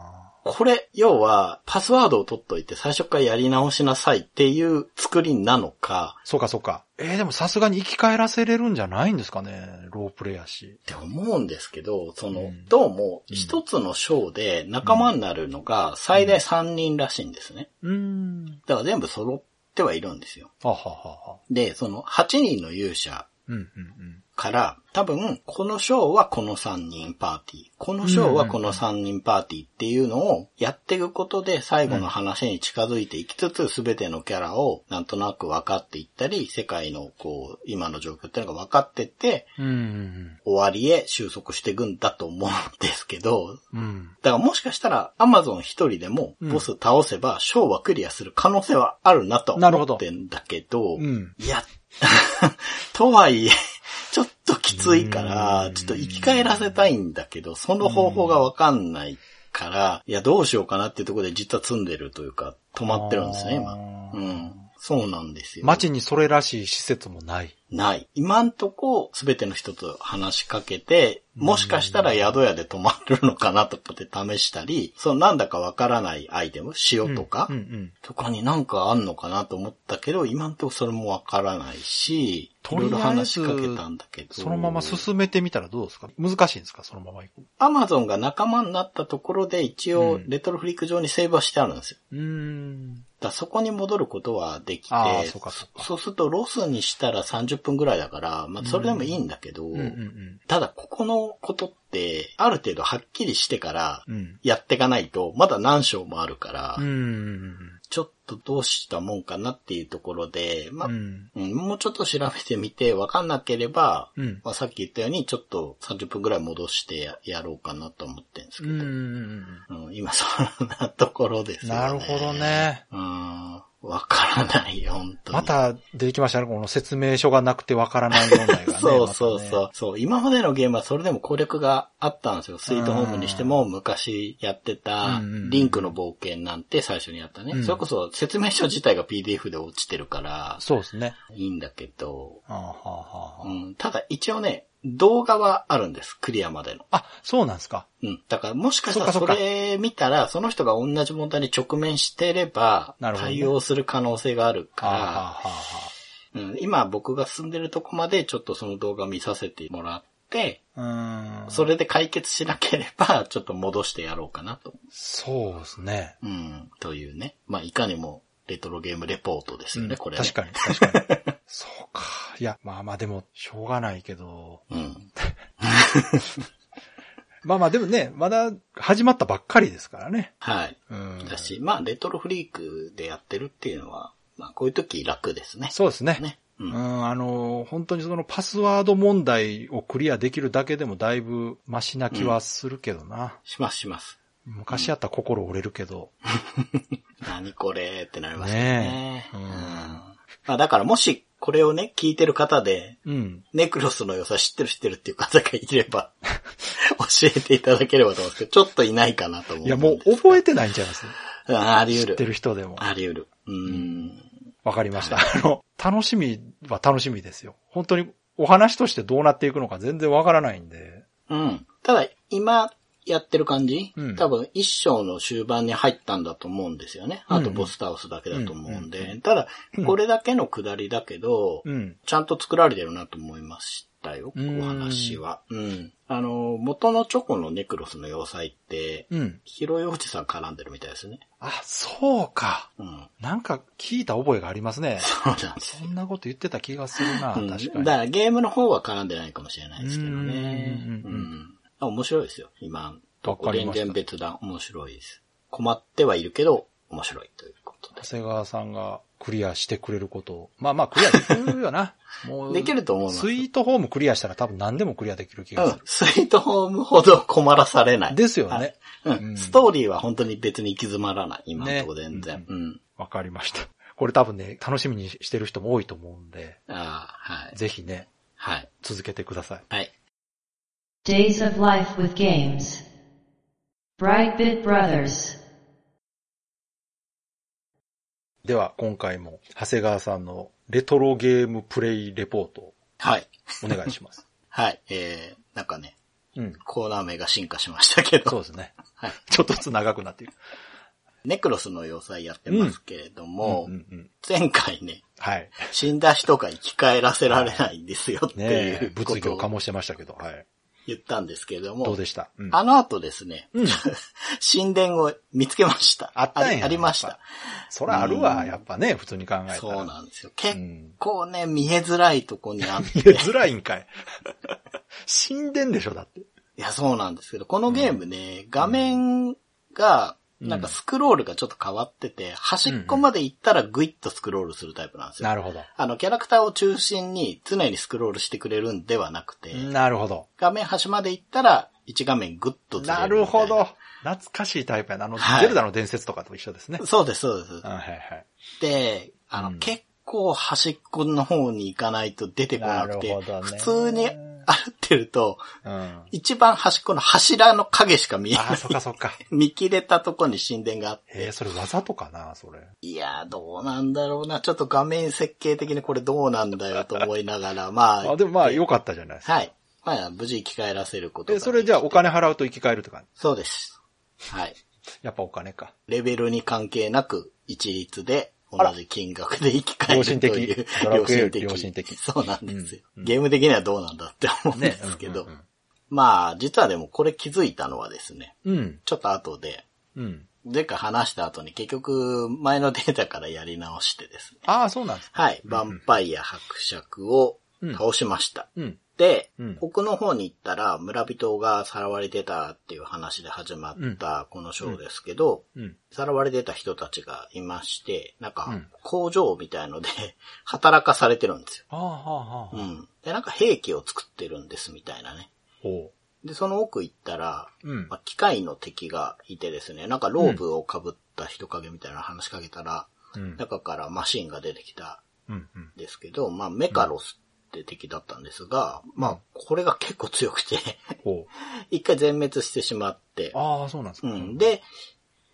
C: これ、要は、パスワードを取っといて最初からやり直しなさいっていう作りなのか、
B: ー。そうかそうか。えー、でもさすがに生き返らせれるんじゃないんですかね。ロープレイやし
C: っ。て思うんですけど、そうの
B: ん、
C: どうも、一つのショーで仲間になるのが最大3人らしいんですね。
B: うーん。
C: だから全部揃ってはいるんですよ。
B: あははは。
C: で、その、8人の勇者
B: うんうんうん。
C: から、多分、このショーはこの3人パーティー、このショーはこの3人パーティーっていうのをやっていくことで最後の話に近づいていきつつ、すべてのキャラをなんとなく分かっていったり、世界のこう、今の状況っていうのが分かってって、
B: うんうん
C: 終わりへ収束していくんだと思うんですけど、
B: うん。うん。
C: だからもしかしたら、アマゾン一人でも、
B: うん
C: ボス倒せば、ショーはクリアする可能性はあるなと
B: なるほど
C: 思ってんだけど、
B: うん。
C: いや、 とはいえ、ちょっときついから
B: う、ん
C: ちょっと生き返らせたいんだけど、その方法がわかんないから、いや、どうしようかなっていうところで実は積んでるというか、止まってるんですね、今。
B: あ
C: う
B: ー
C: ん。そうなんですよ。
B: 街にそれらしい施設もない。
C: ない。今んとこ、すべての人と話しかけて、もしかしたら宿屋で泊まるのかなとかって試したり、そのなんだかわからないアイテム、塩とか、
B: うんうん。
C: とかになんかあんのかなと思ったけど、今んとこそれもわからないし、い
B: とりあえ
C: ろい
B: ず
C: ろ話しかけたんだけど。
B: そのまま進めてみたらどうですか難しいんですかそのまま行く。
C: アマゾンが仲間になったところで一応
B: うん
C: レトロフリック上にセーブはしてあるんですよ。
B: うーん。
C: だからそこに戻ることはできて
B: ああ、そうかそうか
C: そうするとロスにしたら30分ぐらいだから、まあそれでもいいんだけど、
B: うんうん
C: ただここのことってある程度はっきりしてから
B: うん。うん。
C: やっていかないと、まだ何章もあるから、
B: うんうん
C: ちょっとどうしたもんかなっていうところで、ま
B: う
C: あ、
B: ん。うん。
C: うんもうちょっと調べてみてわかんなければ、
B: うん。
C: まあ、さっき言ったようにちょっと30分ぐらい戻してややろうかなと思ってるんです
B: う
C: けど、
B: んうん
C: うん、今そんなところです
B: うん。
C: よね。
B: なるほど。ね。
C: うん。わからないよ、本当に。
B: ま、た出てきましたね。この説明書がなくてわからない問 題がね。
C: そうそ
B: ま
C: うそ
B: た
C: う、
B: ね
C: そう。今までのゲームはそれでも攻略があったんですよ。スイートホームにしても昔やってた
B: うんうんうん
C: リンクの冒険なんて最初にやったね。
B: うん
C: それこそ説明書自体が PDF で落ちてるから、
B: そうですね。
C: いいんだけど、
B: あーはーはー
C: う
B: はー
C: ん、ただ一応ね、動画はあるんです。クリアまでの。
B: あ、そうなんですか。
C: うん。だからもしかしたら
B: そ
C: そ
B: っかそっか
C: れ見たら、その人が同じ問題に直面してれば、
B: なるほどね
C: 対応する可能性がある
B: あーはー
C: か
B: はーは
C: ら、うん、今僕が進んでるとこまでちょっとその動画見させてもらって、
B: ーうーん。
C: それで解決しなければ、 ちょっと戻してやろうかなと。
B: そうですね。
C: うん。というね。まあ、いかにもレトロゲームレポートですよ
B: う
C: ね、
B: ん
C: これ、ね。
B: 確かに、確かに。 そうか。いや、まあまあでも、しょうがないけど。
C: に。うん。
B: まあまあでもね、まだ始まったばっかりですからね。
C: はい。
B: うん。
C: だし、まあ、レトロフリークでやってるっていうのは、まあ、こういう時楽ですね。
B: そうですね。
C: ね。う。
B: うんん、あの、本当にそのパスワード問題をクリアできるだけでもだいぶマシな気はするけどな。
C: しますします。
B: 昔やったら心折れるけど。
C: 何これってなりますよ
B: ね
C: ね。
B: え
C: う。
B: うんん
C: まあ、だからもし、これをね、聞いてる方で、
B: うん。
C: ネクロスの良さ知ってる知ってるっていう方がいれ ば、教えていただければと思うんですけど、ちょっといないかなと思うん
B: い
C: で
B: や、もう覚えてないんちゃいます
C: うんあり
B: 知
C: 得
B: って
C: る。
B: る人でも。
C: あり得る。うーん。
B: わかりました。あの、楽しみは楽しみですよ。本当にお話としてどうなっていくのか全然わからないんで。
C: うん。ただ、今やってる感じ、
B: うん
C: 多分一章の終盤に入ったんだと思うんですよね。あとボス倒すだけだと思うんで。
B: うん
C: ただ、これだけの下りだけど、
B: うん。
C: ちゃんと作られてるなと思いましたよ、
B: うん
C: お話は。うん。あの、元のチョコのネクロスの要塞って、
B: うん。
C: ヒロイおじさん絡んでるみたいですね。
B: あ、そうか。
C: うん。
B: なんか聞いた覚えがありますね。
C: そうなんです
B: そんなこと言ってた気がするな、
C: うん
B: 確か
C: だか
B: に。
C: らゲームの方は絡んでないかもしれないですけどね。
B: うんうんうんうん
C: うん面白いですよ、今。
B: わかり
C: 全
B: ました
C: 然別段面白いです。困ってはいるけど、面白いということで
B: 長谷川さんがクリアしてくれることを。まあまあ、クリアできるよな。もう。
C: できると思います
B: スイートホームクリアしたら多分何でもクリアできる気
C: う
B: が
C: ん
B: す。
C: スイートホームほど困らされな
B: る。
C: い。
B: ですよ
C: は
B: ね
C: い。うん
B: うん
C: ストーリーは本当に別に行き詰まらない。今のところ全然。
B: ね
C: うん。
B: わかりました。これ多分ね、楽しみにしてる人も多いと思うんで、
C: ああ、はい。
B: ぜひね、
C: はい。
B: 続けてください。
C: はい。
A: Days of Life with Games. Brightbit Brothers.
B: では、今回も、長谷川さんのレトロゲームプレイレポートを
C: はい。
B: お願いし ます。
C: はい。えー、なんかね、
B: うん。
C: コーナー名が進化しましたけ
B: そう
C: ど、
B: ですね。
C: はい。
B: ちょっとずつ長くなっている。
C: ネクロスの要塞やってますけれども、
B: うんうんうん、
C: 前回ね、
B: はい。
C: 死んだ人が生き返らせられないんですよって
B: ね
C: い
B: え
C: う、こ
B: 物議
C: と
B: を
C: を
B: 醸してましたけど、はい。
C: 言ったんですけれども、
B: どうでしたうん。
C: あの後ですね、
B: うん
C: 神殿を見つけました。
B: あったんや
C: りありました。
B: そらあるわ、
C: うん
B: やっぱね、普通に考えたら。
C: そうなんですよ。結
B: うん
C: 構ね、見えづらいとこにあっ
B: 見
C: て。
B: え
C: い
B: づらいんか い。死んでんでしょ、だって。
C: や、そうなんですけど、このゲームね、画面が、なんかスクロールがちょっと変わってて、端っこまで行ったらグイッとスクロールするタイプなんですよ。
B: なるほど。
C: あの、キャラクターを中心に常にスクロールしてくれるんではなくて、
B: なるほど。
C: 画面端まで行ったら、1画面グッとずれ
B: な
C: る
B: る
C: みたい
B: ほど。懐かしいタイプやな。あの、
C: はい
B: ゼルダの伝説とかと一緒ですね。
C: そうです、そうです。
B: うん、はいはい。
C: で、あの、
B: うん
C: 結構端っこの方に行かないと出てこなくて、
B: なるほどね
C: 普通に歩ってると、
B: うん。あ
C: 一番端っこの柱の影しか見えな
B: あ、
C: い。
B: そっかそっか。
C: 見切れたとこに神殿があって。
B: ええ、それわざとかな、それ。
C: いやー、どうなんだろうな。ちょっと画面設計的にこれどうなんだよと思いながら、まあ、
B: あでもまあ、良かったじゃないですか。
C: はい。まあ、無事生き返らせること
B: で、
C: が。
B: それじゃあお金払うと生き返るとか、
C: そうです。はい。
B: やっぱお金か。
C: レベルに関係なく、一律で、同じ金額で生き返る
B: 良心的
C: という。
B: ドラクエより良心的
C: そうなんですよ、
B: うんうん
C: ゲーム的にはどうなんだって思うんで
B: ね。
C: すけ
B: う
C: ど。
B: んうん
C: まあ、実はでもこれ気づいたのはですね、
B: うん。
C: ちょっと後で、
B: うん。
C: 前回話した後に結局前のデータからやり直してですね。
B: ああ、そうなんです。
C: はい。ヴァンパイア伯爵を倒しました。
B: うん。
C: で、
B: うん
C: 奥の方に行ったら村人がさらわれてたっていう話で始まったこのショーですけど、
B: うん。
C: さらわれてた人たちがいまして、なん
B: う
C: か
B: ん
C: 工場みたいので 働かされてるんですよ。
B: はあはあ
C: う
B: はあ。
C: ん。で、なんか兵器を作ってるんですみたいなね。
B: ほ
C: で、その奥行ったら、
B: う。うん
C: ま。あ、機械の敵がいてですね、なんかローブを被った人影みたいなの話しかけたら、
B: うん。
C: 中からマシンが出てきた
B: うん。うん
C: んですけど、まあメカロスって敵だったんですが、まあこれが結構強くて、
B: ほう。
C: 一回全滅してしまって、
B: ああ、そうなんです
C: う
B: か。
C: ん。で、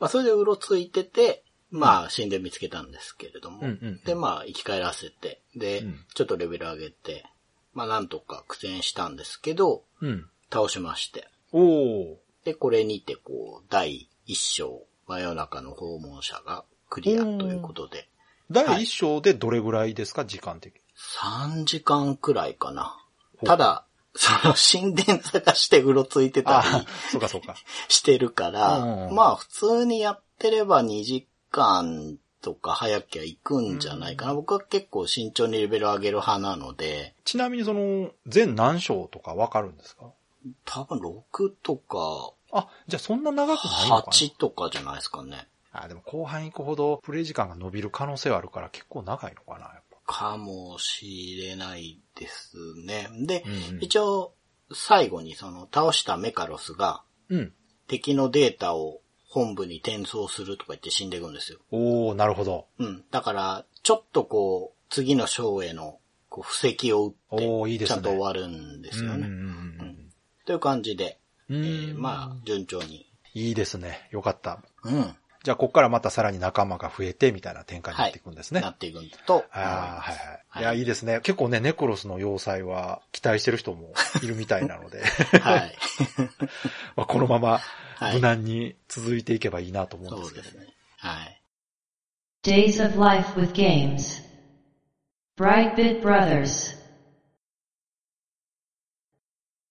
C: まあそれでうろついてて、まあ死んで見つけたんですけれども、
B: うんうんうん
C: でまあ生き返らせて、で、
B: うん
C: ちょっとレベル上げて、まあなんとか苦戦したんですけど、
B: うん。
C: 倒しまして、
B: おお。
C: で、これにて、こう、第一章、真夜中の訪問者がクリアということで、
B: 第一章でどれぐらいですか、時間的に。
C: 3時間くらいかな。
B: ほう
C: ただ、その神殿探してうろついてた
B: あ
C: り
B: あ、 そうかそうか。
C: してるか
B: うん
C: ら
B: う、ん
C: まあ普通にやってれば2時間とか早きゃ行くんじゃないかな。僕は結構慎重にレベル上げる派なので、
B: ちなみにその、全何章とかわかるんですか
C: 多分6とか
B: あ、じゃあそんな長くないのか
C: 8とかじゃないですかね。
B: なあ、でも後半行くほどプレイ時間が伸びる可能性はあるから結構長いのかな、やっぱ。
C: かもしれないですね。で、
B: うんうん
C: 一応、最後にその倒したメカロスが
B: うん。
C: 敵のデータを本部に転送するとか言って死んでいくんですよ。
B: おおなるほど。
C: うん。だから、ちょっとこう、次の章へのこう布石を打って、
B: おーいいですね
C: ちゃんと終わるんですよね。
B: うんうん
C: という感じで、
B: うんうん。
C: えーまあ、順調に。
B: あ。いいですね。よかった。
C: うん。
B: じゃあ、ここからまたさらに仲間が増えて、みたいな展開になっていくんですね。
C: なっていくんだと思い
B: ああ、
C: ま
B: はい
C: す。
B: はい。いや、いいですね。結構ね、ネコロスの要塞は期待してる人もいるみたいなの で、
C: はい。
B: まあこのまま
C: はい
B: 無難に続いていけばいいなと思うんで
C: そう
B: すけ
C: で
B: ど。
C: すね。はい。
A: Days of Life with Games. Brightbit Brothers.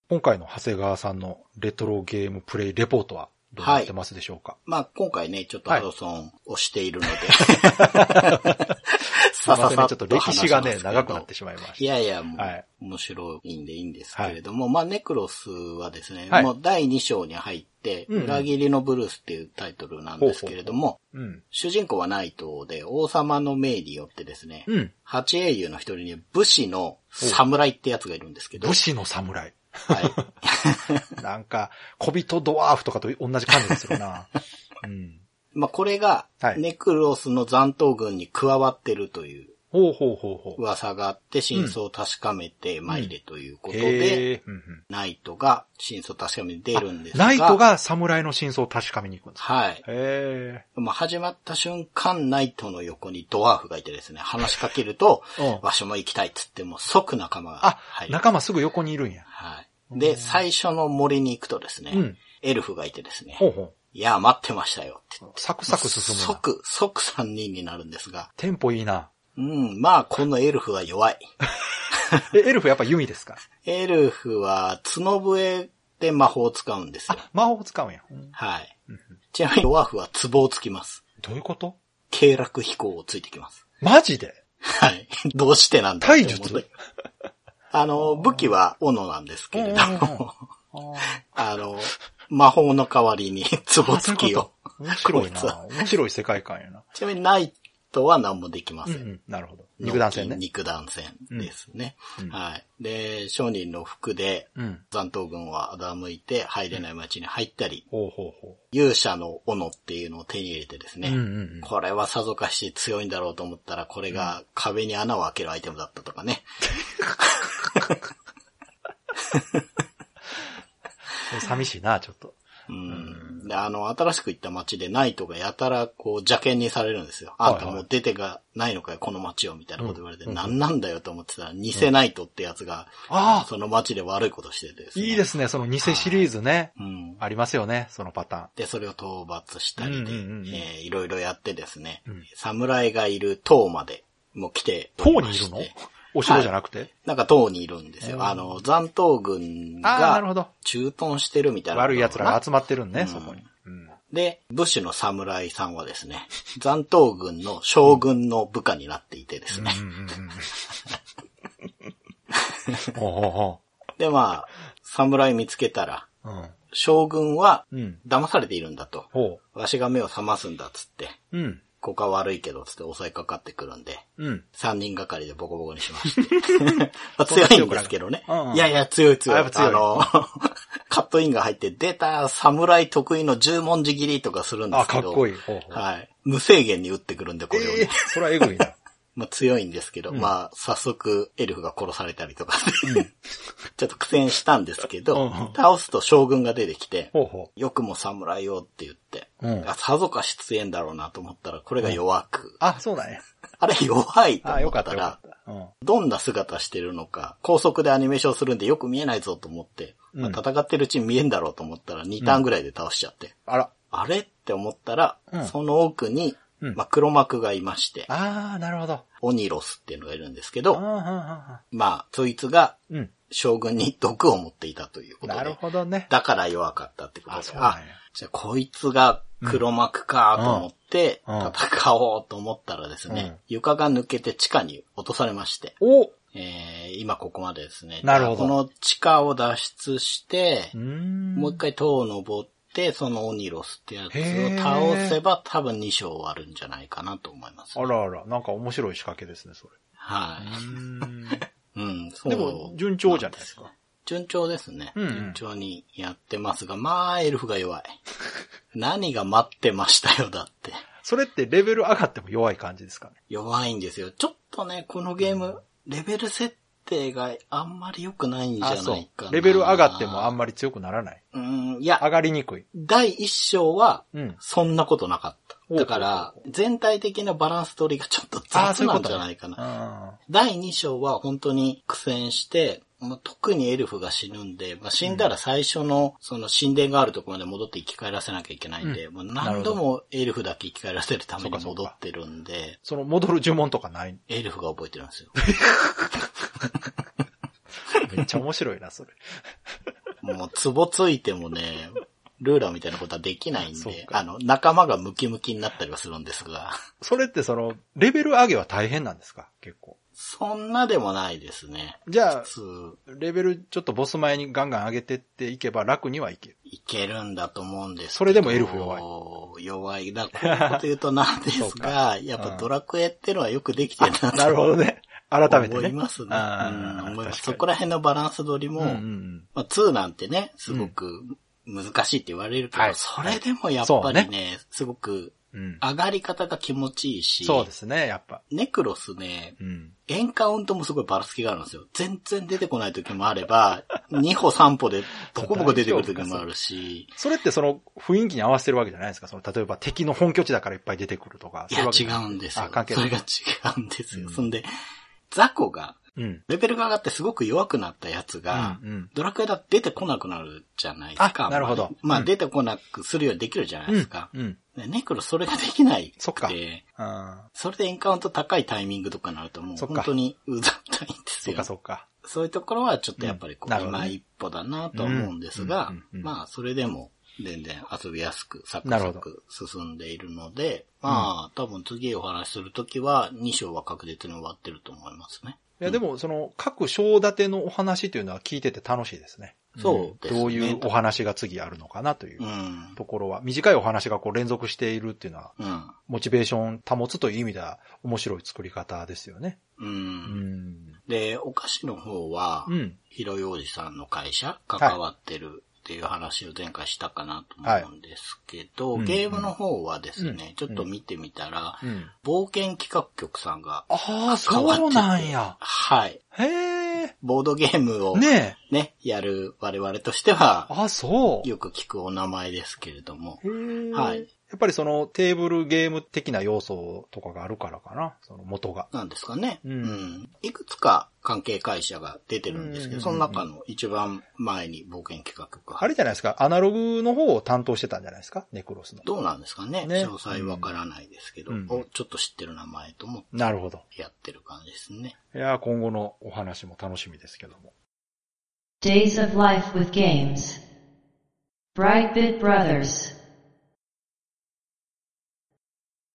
B: 今回の長谷川さんのレトロゲームプレイレポートはどうなってますでしょうか、
C: まあ、今回ね、ちょっと
B: は
C: ハ
B: い
C: ドソンをしているので、
B: すいま
C: さ
B: せんね
C: さっ
B: ちょっと
C: と話
B: 歴
C: し
B: 史が
C: ま
B: ね
C: す、けど
B: 長くなってしまいま
C: い
B: し
C: やいや、もう、
B: はい
C: 面白いんでいいんですけれども、まあ、ネクロスはですね、
B: はい
C: もう第2章に入って、
B: うん
C: 裏切りのブルースっていうタイトルなんですけれども、
B: た。うん。
C: 主人公はナイトで、王様の命によってですね、
B: うん。
C: 八英雄の一人に武士の侍ってやつがいるんですけど、
B: 武士の侍。
C: はい。
B: なんか、小人ドワーフとかと同じ感じがする な。うん。
C: まあ、これが
B: は、い
C: ネクロスの残党軍に加わってるという
B: ほうほうほうほう。
C: 噂があって、真相を確かめて参れということで、
B: へーうんうん
C: ナイトが真相を確かめに出るんですが、
B: ナイトが侍の真相を確かめに行くんです。
C: はい。
B: へ
C: まあ、始まった瞬間、ナイトの横にドワーフがいてですね、話しかけると、
B: うん
C: わしも行きたいっつって、もう即仲間が
B: あ、
C: 入る。
B: 仲間すぐ横にいるんや。
C: はい。で、最初の森に行くとですね、
B: うん
C: エルフがいてですね、
B: ほうほ
C: いや、待ってましたよって言っ
B: う
C: て。。
B: サクサク進むな。
C: 即、即3人になるんですが、
B: テンポいいな。
C: うん、まあ、このエルフは 弱い。
B: え、エルフやっぱ弓ですか
C: エルフは、角笛で魔法を使うんですよ。
B: 魔法使うんや。うん
C: はい。ちなみに、ドワーフは壺をつきます。
B: どういうこと
C: 軽楽飛行をついてきます。
B: マジで
C: はい。 どうしてなんだって
B: 体
C: 思って
B: 術
C: あの、武器は斧なんですけれども、
B: あ
C: あの、魔法の代わりに壺
B: そうい
C: 付
B: うこ
C: きを
B: と。面白い
C: こいつは
B: な。 面白い世界観やな。
C: ちなみにナイトは何もできま
B: う
C: せ
B: ん
C: ん。
B: うん。なるほど。肉弾戦ね。
C: 肉弾戦ですね。
B: うんうん
C: はい。で、商人の服で
B: うん。
C: 残党軍は欺いて入れない町に入ったり、
B: ほうほうほ
C: 勇者の斧っていうのを手に入れてです
B: う。
C: ね、
B: うんうん
C: これはさぞかし強いんだろうと思ったら、これが壁に穴を開けるアイテムだったとかね。
B: 寂しいな、ちょっと。
C: うん。で、あの、新しく行った街でナイトがやたら、こう、邪険にされるんですよ。あんたもう出てがないのかよ、この街を、みたいなこと言われて、
B: うん
C: 何なんだよと思ってたら、偽ナイトってやつが、
B: ああ
C: その街で悪いことしてて、
B: いいですね、その偽シリーズね。
C: うん。
B: ありますよね、そのパタ
C: で、それを討伐した
B: う
C: りで、
B: んうんうんうん
C: えーいろいろやってですね、
B: うん
C: 侍がいる塔までも来て
B: ーン。
C: お
B: 塔
C: りま
B: にい
C: し
B: る
C: て
B: のお城じゃなくて
C: なんか塔にいるんです
B: へ
C: よ。
B: ー
C: あの、残党軍
B: ああ、なる
C: が
B: ほど。
C: 駐屯してるみたいなこと
B: 悪い
C: なの
B: 奴
C: からな
B: が集まってるん
C: う
B: ね、
C: ん
B: そこに。うん。
C: で、武士の侍さんはですね、残党軍の将軍の部下になっていてですね。
B: うんうんうんうん。ほうほうほ
C: で、まあ、侍見つけたら、
B: う。うん。
C: 将軍は
B: うん。
C: 騙されているんだと。
B: ほ
C: わしが目を覚ますんだっつって、
B: う。うん。
C: ここは悪いけどっつって襲いかかってくるんで、
B: うん。
C: 三人がかりでボコボコにしまして。 まあ強いんですけどね。
B: うんうん
C: いやいや、強い強い。
B: あやっぱ強い
C: あの、 カットインが入って、出た侍得意の十文字切りとかするんで
B: あ、
C: すけ
B: かっ
C: ど。
B: こいい。ほうほう。
C: はい。無制限に打ってくるんで、これをね、
B: ええそれはエグいな。
C: まあ強いんですけど、
B: うん
C: まあ早速エルフが殺されたりとか、 ちょっと苦戦したんですけ
B: うん
C: ど、
B: うん
C: 倒すと将軍が出てきて、
B: ほうほ
C: よくも侍をって言って、
B: う。うん。
C: あさぞかし強えんだろうなと思ったら、これが弱く、
B: あ、そうだね。
C: あれ弱いと
B: あ、
C: 思
B: よか
C: っ
B: った
C: た、
B: よからった。うん。
C: どんな姿してるのか、高速でアニメーションするんでよく見えないぞと思って、まあ
B: うん
C: 戦ってるうちに見えんだろうと思ったら2ターンぐらいで倒しちゃって、
B: あら。
C: あれって思ったら、
B: うん
C: その奥に、
B: うん
C: まあ、黒幕がいまして、
B: あー、なるほど。
C: オニロスっていうのがいるんですけ
B: あー
C: ど、
B: はんはんは
C: まあ、そいつが
B: んうん。
C: 将軍に毒を持っていたということ
B: なる
C: で、
B: ほどね。
C: だから弱かったってこと
B: あ、
C: で
B: そ、う
C: あ
B: なん、や。
C: じゃあこいつが黒幕かと思って
B: うんうん
C: 戦おうと思ったらですね、
B: うん
C: 床が抜けて地下に落とされまして、
B: おう
C: えー、今ここまでですね。
B: なるほど
C: この地下を脱出して、
B: ーん。
C: もう一回塔を登って、そのオニロスってやつ
B: へー
C: を倒せば多分2章終わるんじゃないかなと思います。
B: あらあら、なんか面白い仕掛けですね、それ。
C: は
B: うーん。
C: い。うん、そう
B: でも、順調じゃないですか。
C: 順調ですね。
B: うんうん
C: 順調にやってますが、まあ、エルフが 弱い。何が待ってましたよ、だって。
B: それってレベル上がっても弱い感じですかね。
C: 弱いんですよ。ちょっとね、このゲーム、レベル設定があんまり良くないんじゃ
B: あ、
C: ない
B: そう
C: かな。。
B: レベル上がってもあん
C: ま
B: まり強くならない。
C: うん、いや、
B: 上がりにくい。
C: 第一章は、
B: うん。
C: そんなことなかった。だから、全体的なバランス取りがちょっと雑なんじゃないかな。
B: あ
C: 第2章は本当に苦戦して、まあ特にエルフが死ぬんで、まあ、死んだら最初の、その神殿があるところまで戻って生き返らせなきゃいけないんで、
B: う
C: もう何度もエルフだけ生き返らせるた
B: そ
C: めに
B: うかそう
C: 戻
B: か
C: ってるんで、
B: その、戻る呪文とかない。
C: エルフが覚えてる んですよ。
B: めっちゃ面白いな、それ。
C: もう、ツボついてもね、ルーラーみたいなことはできないん
B: そう
C: で、
B: か
C: あの、仲間がムキムキになったりはするんですが、
B: それってその、レベル上げは大変なんですか結構。
C: そんなでもないですね。
B: じゃあ
C: 普、通、
B: レベルちょっとボス前にガンガン上げてっていけば楽にはいける。
C: いけるんだと思うんですけど
B: それでもエルフ弱
C: い。弱い。だから、こういうこと言うとなん で
B: そう
C: す
B: か
C: が、やっ
B: うん
C: ぱドラクエってのはよくできてるな
B: なるほどね。 改めてね。
C: 思いますね。
B: あ
C: う
B: ー
C: ん思いま
B: 確か
C: す
B: に
C: そこら辺のバランス取りも、
B: うんうんうん。
C: まあ、2なんてね、すごく難しいって言われるけど、
B: はい
C: それでもやっぱ
B: そう
C: りね、
B: ね
C: すごく
B: うん
C: 上がり方が気持ちいいし、
B: そうですね、やっぱ。
C: ネクロスね、
B: うん。
C: エンカウントもすごいばらつきがあるんですよ。全然出てこない時もあれば、2歩3歩でボコボコ出てくる時もあるし、
B: それってその雰囲気に合わせてるわけじゃないですかその、例えば敵の本拠地だからいっぱい出てくるとか。
C: い
B: そう
C: や
B: うわけ
C: 違
B: じゃな
C: うんですよ
B: あ、。関係
C: そ
B: な
C: れ
B: い
C: が違。うんですよ。
B: うん
C: そんで、雑魚が、
B: うん。
C: レベルが上がってすごく弱くなったやつが、
B: うんうん
C: ドラクエだって出てこなくなるじゃないですか。
B: あなるほど
C: まあ、
B: うん
C: 出てこなくするようにできるじゃないうです
B: ん
C: か。。
B: うん。
C: でネクロそれができない
B: そっか
C: で、
B: あ
C: それでエンカウント高いタイミングとかになるともう
B: そっか
C: 本当にうざったいんです
B: そっ
C: よ。
B: かそっか。
C: そういうところはちょっとやっぱりこ
B: うんな
C: う、
B: るほどね
C: 今一歩だなと思うんですが、
B: うんうんうんうん
C: まあそれでも全然遊びやすくサク
B: な
C: サ
B: るほ
C: ク進んでいるので、まあ多分次お話しするときは2章は確実に終わってると思いますね。
B: いや、でも、その、各章立てのお話というのは聞いてて楽しいですね。
C: そうですね。
B: どういうお話が次あるのかなといううんところは、短いお話がこう連続しているっていうのは、
C: うん。
B: モチベーション保つという意味では面白い作り方ですよね。
C: う。
B: うんん。
C: で、お菓子の方は、
B: うん。
C: ひろようじさんの会社関わってるっていう話を前回したかなと思うんですけど、
B: はい
C: ゲームの方はです
B: うんう
C: ね、ちょっと見てみたら、
B: うん。
C: 冒険企画局さんが、
B: ああ、
C: 変わって
B: そう
C: て
B: なんや。
C: はい。
B: へえ。
C: ボードゲームをね、
B: ね
C: ね、やる我々としては、
B: あ、そう。
C: よく聞くお名前ですけれども。は
B: はいやっぱりそのテーブルゲーム的な要素とかがあるからかな、その元が。
C: なんですかね。
B: うん
C: んいくつか関係会社が出てるんですけ
B: う
C: ど、
B: ん
C: その中の一番前に冒険企画が
B: あれじゃないですか、アナログの方を担当してたんじゃないですか、ネクロスの。
C: どうなんですかね
B: ね
C: 詳細わからないですけど、
B: うん
C: おちょっと知ってる名前と思っ
B: なるほど。
C: てやってる感じですね。
B: いやー、今後のお話も楽しみですけども。
A: Days of Life with Games. Brightbit Brothers.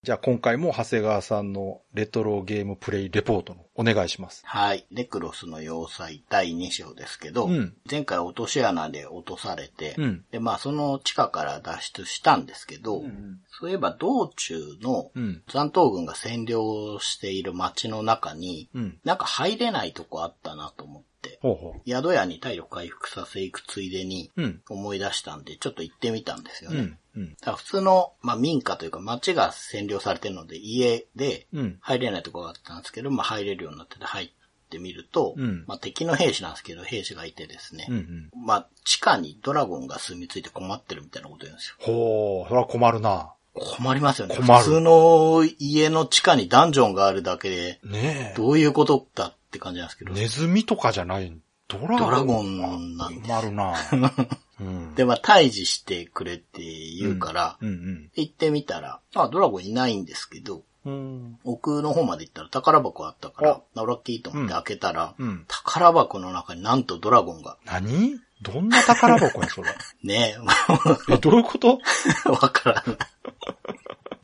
B: じゃあ今回も長谷川さんのレトロゲームプレイレポートのお願いします。
C: はい。ネクロスの要塞第2章ですけど、
B: うん
C: 前回落とし穴で落とされて、
B: うん
C: で、まあその地下から脱出したんですけど、
B: ん
C: そういえば道中の
B: うん。
C: 残党軍が占領している街の中に、
B: うん。
C: なんか入れないとこあったなと思って、
B: ほうほ
C: 宿屋に体力回復させいくついでに
B: う。うん。
C: 思い出したんで、ちょっと行ってみたんですよ
B: う
C: ね。
B: ん。うん。
C: だから普通の、まあ、民家というか街が占領されてるので家で
B: うん。
C: 入れないとこがあったんですけど、まあ、入れるようになってて入ってみると、
B: うん
C: まあ、敵の兵士なんですけど、兵士がいてですね、
B: うん。うん。
C: まあ、地下にドラゴンが住み着いて困ってるみたいなこと言うんですよ。
B: ほう、それは困るな。
C: 困りますよね。
B: 困る
C: 普通の家の地下にダンジョンがあるだけで、
B: ねえ。
C: どういうことだって感じなんですけど、
B: ネズミとかじゃない、ドラゴン。
C: ドラゴンなんです
B: 困る な。うん。
C: で、まあ、退治してくれって言うから、
B: うん
C: 行ってみたら、まあ、ドラゴンいないんですけど、
B: うん。うん。
C: 奥の方まで行ったら宝箱あったから、なラッキーと思って開けたら、
B: うん。
C: 宝箱の中になんとドラゴンが、
B: 何どんな宝箱や、それ。
C: ね
B: え、どういうこと
C: え、わからない。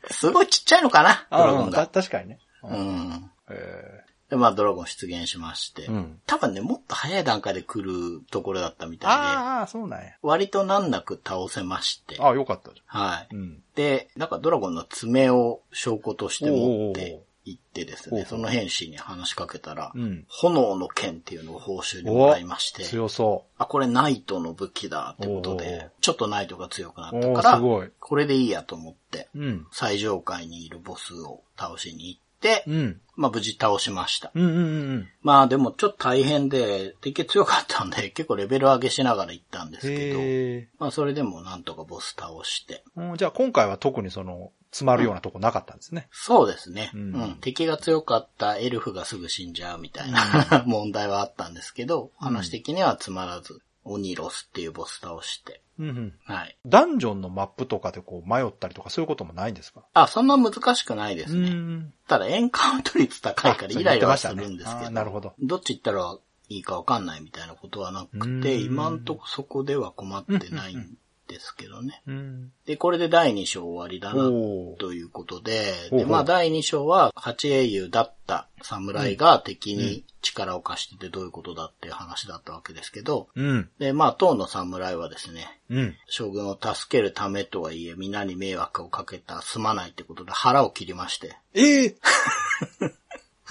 C: すごいちっちゃいのかな、ドラゴン
B: た
C: が。
B: 確かにね。
C: うん。
B: え
C: で、まあドラゴン出現しまして、
B: ーうん。
C: 多分ね、もっと早い段階で来るところだったみたいで、
B: ああ、そうなんや。
C: 割と難なく倒せまして、
B: ああ、よかったじ
C: はい
B: ゃ。ん。うん。
C: で、なんかドラゴンの爪を証拠として持って行ってです
B: おうおう
C: ね、その変身に話しかけたら、
B: うん。
C: 炎の剣っていうのを報酬でもらいまして、
B: 強そ
C: あ、これナイトの武器だってこと
B: おうおう
C: で、ちょっとナイトが強くな
B: う。
C: った
B: お
C: か
B: ーす
C: ら、
B: ごい。
C: これでいいやと思って、
B: うん。
C: 最上階にいるボスを倒しに行って、
B: うん。
C: まあ無事倒しました。
B: うんうんうんうん。
C: まあでもちょっと大変で、敵強かったんで、 結構レベル上げしながら行ったんですけど、
B: へ
C: まあそれでもなんとかボス倒して、
B: え。うんじゃあ今回は特にその、詰まるようなとこなかったんですね。
C: そうですね。
B: う
C: うんん。敵が強かったエルフがすぐ死んじゃうみたいな 問題はあったんですけど、話的にはつまらず、オニロスっていうボス倒して、
B: うんうん。
C: はい。
B: ダンジョンのマップとかでこう迷ったりとかそういうこともないんですか
C: あ、そんな難しくないで
B: う
C: すね。
B: ん。
C: ただエンカウント率高いからイライラはするんです
B: あ
C: け
B: ー
C: ど、
B: なるほど。
C: どっち行ったらいいかわかんないみたいなことはなく
B: う
C: て、
B: ん
C: 今んとこそこでは困ってないんですけどね。
B: うん。
C: で、これで第2章終わりだな、
B: おー
C: ということで、
B: ほうほ
C: で、
B: う
C: まあ第2章は、八英雄だった侍が敵に力を貸しててどういうことだっていう話だったわけですけど、
B: うん。
C: で、まあ当の侍はですね、
B: うん。
C: 将軍を助けるためとはいえ、皆に迷惑をかけた、すまないってことで腹を切りまして、
B: ええ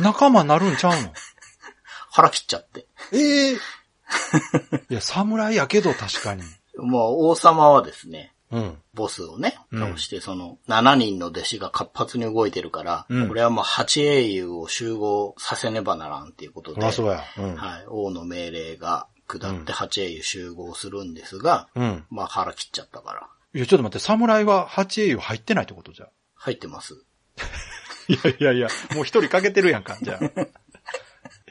B: 仲間なるんちゃうの
C: 腹切っちゃって。
B: ええいや、侍やけど確かに。
C: もう王様はですね、
B: うん。
C: ボスをね、
B: うん
C: 倒して、その、7人の弟子が活発に動いてるから、
B: うん
C: これはもう8英雄を集合させねばならんっていうこと
B: そ
C: で、
B: りゃそうや。うん。
C: はい、王の命令が下って
B: うん
C: 8英雄集合するんですが、
B: うん。
C: まあ腹切っちゃったから、
B: いや、ちょっと待って、侍は八英雄入ってないってことじゃ。
C: 入ってます。
B: いやいやいや、もう一人かけてるやんか、じゃ あ。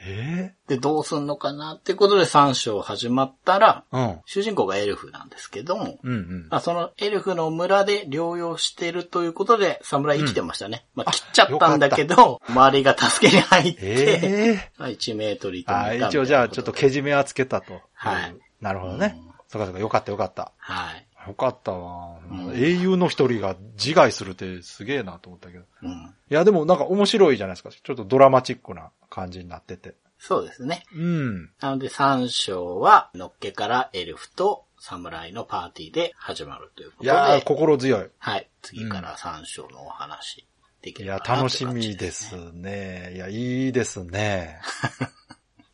B: え
C: で、どうすんのかなってことで3章始まったら、
B: えうん。
C: 主人公がエルフなんですけども、
B: うんうん。
C: まあ、そのエルフの村で療養してるということで、侍生きてましたね。まあ、切っちゃったんだけど、周りが助けに入って、
B: え え
C: まあ1メートルいた
B: あ
C: みた
B: ー
C: いな
B: 一応じゃあ、ちょっとけじめはつけたと。
C: はい。
B: なるほどね。そうかそうか、よかったよかった。
C: はい。
B: よかったわ、
C: うん
B: 英雄の一人が自害するってすげえなと思ったけど。い
C: うん。
B: や、でもなんか面白いじゃないですか。ちょっとドラマチックな感じになってて。
C: そうですね。
B: うん。
C: なので3章は、のっけからエルフと侍のパーティーで始まるという
B: い
C: ことで、
B: やー、心強い。
C: はい。次から3章のお話でき
B: い
C: るか
B: や
C: な、
B: 楽しみ
C: って感
B: で
C: じ
B: すね。いや、いいですね。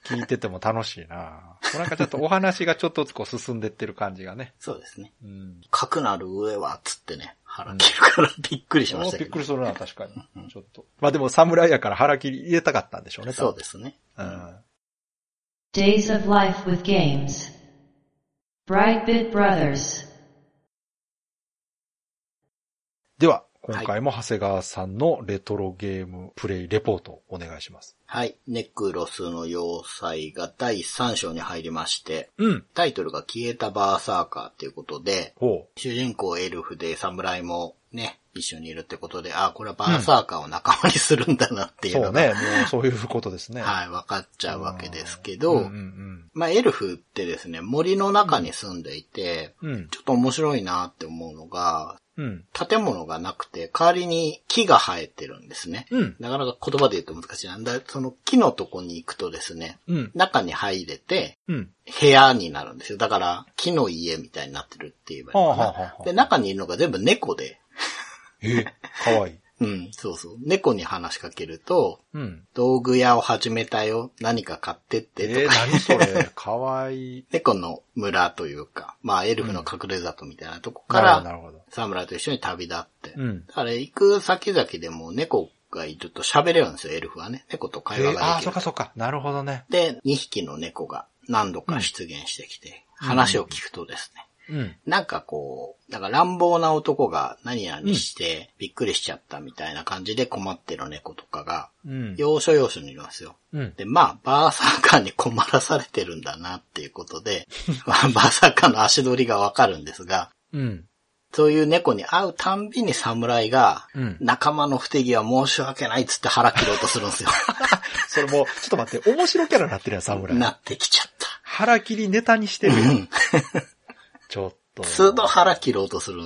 B: 聞いてても楽しいな。こうなんかちょっとお話がちょっとずつこう進んでってる感じがね。
C: そうですね。
B: うん。
C: 核なる上は、つってね、腹切るからびっくりしました
B: び
C: け
B: っ
C: ど。
B: くりするな、確かに。ちょっと。まあでも侍やから腹切り入れたかったんでしょうね、多分
C: そうですね。
B: うん
A: Days of Life with Games. Brightbit Brothers.
B: では、今回も長谷川さんのレトロゲームプレイレポートをお願いします。
C: はい。ネクロスの要塞が第3章に入りまして、
B: うん。
C: タイトルが消えたバーサーカーっていうことで、
B: ほ
C: 主人公エルフで侍もね、一緒にいるってことで、あ、これはバーサーカーを仲間にするんだなって
B: う。
C: いうの
B: そ
C: が、
B: うね。もうそういうことですね。
C: はい、分かっちゃうわけですけ
B: うん
C: ど、
B: うん
C: まあエルフってですね、森の中に住んでいて、
B: うん。うん。
C: ちょっと面白いなって思うのが、
B: うん。
C: 建物がなくて、代わりに木が生えてるんですね。
B: うん。
C: なかなか言葉で言うと難しいなんだ。その木のとこに行くとですね、
B: うん。
C: 中に入れて、
B: うん。
C: 部屋になるんですよ。だから、木の家みたいになってるって言えばいいのかな
B: はあはあはあ
C: で、中にいるのが全部猫で、
B: え、かわいい。
C: うん、そうそう。猫に話しかけると、
B: うん。
C: 道具屋を始めたよ、何か買ってっ
B: え
C: てとか、
B: ー、何それ。かわいい。
C: 猫の村というか、まあエルフの隠れ里みたいなとこか
B: なる
C: ら、
B: ほど。なる
C: 侍と一緒に旅立って。
B: ほどうん。
C: あれ、行く先々でも猫がいると喋れるんですよ、エルフはね。猫と会話
B: えーあ
C: が
B: あ、
C: でき
B: そっ
C: る
B: か。そっか。なるほどね。
C: で、2匹の猫が何度か出現してきて、
B: うん
C: 話を聞くとですね、
B: うん。
C: なんかこう、だから乱暴な男が何々してびっくりしちゃったみたいな感じで困ってる猫とかが、
B: うん。
C: 要所要所にいるんですよ。
B: うん。
C: で、まあ、バーサーカーに困らされてるんだなっていうこ とで、まあ、バーサーカーの足取りがわかるんですが、
B: うん。
C: そういう猫に会うたんびに侍が、
B: うん
C: 仲間の不手際申し訳ないっつって腹切ろうとするん ですよ。
B: それもう、ちょっと待って、面白キャラになってるやん、侍。
C: なってきちゃった。
B: 腹切りネタにしてるやん。ちょっと。
C: 数度腹切ろうとする。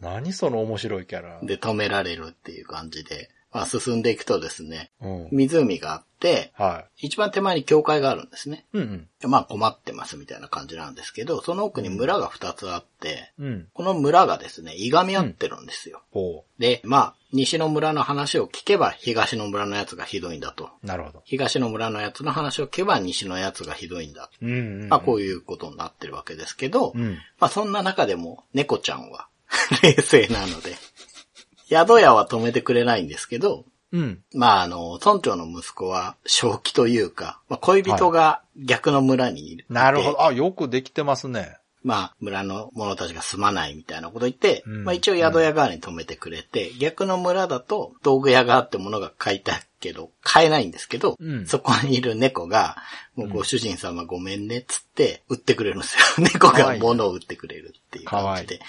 B: 何その面白いキャラ。
C: で、止められるっていう感じで、まあ、進んでいくとですね、
B: うん。
C: 湖があって、
B: は
C: 一番手前に教会があるんですね。
B: い。うん
C: まあ、困ってますみたいな感じなんですけど、その奥に村が2つあって、
B: うん。うん。
C: この村がですね、いがみ合ってるんですよ。
B: ほ
C: で、まあ、西の村の話を聞けば、東の村のやつがひどいんだと。
B: う。なるほど。
C: 東の村のやつの話を聞けば西のやつがひどいんだ。
B: うんうん、うん。
C: まあこういうことになってるわけですけど、
B: うん。
C: まあそんな中でも猫ちゃんは 冷静なので、宿屋は止めてくれないんですけど、
B: うん。
C: まああの、村長の息子は正気というか、まあ恋人が逆の村にいる、
B: なるほど。あ、よくできてますね。
C: まあ村の者たちが住まないみたいなこと言って、
B: うん
C: まあ一応宿屋側に止めてくれて、逆の村だと道具屋があって物が買いたいけど、買えないんですけど、
B: うん
C: そこにいる猫が、もうご主人様ごめんねっつって、売ってくれるんですよ。 猫
B: かわ
C: が
B: いい
C: 物を売ってくれるっていう感じで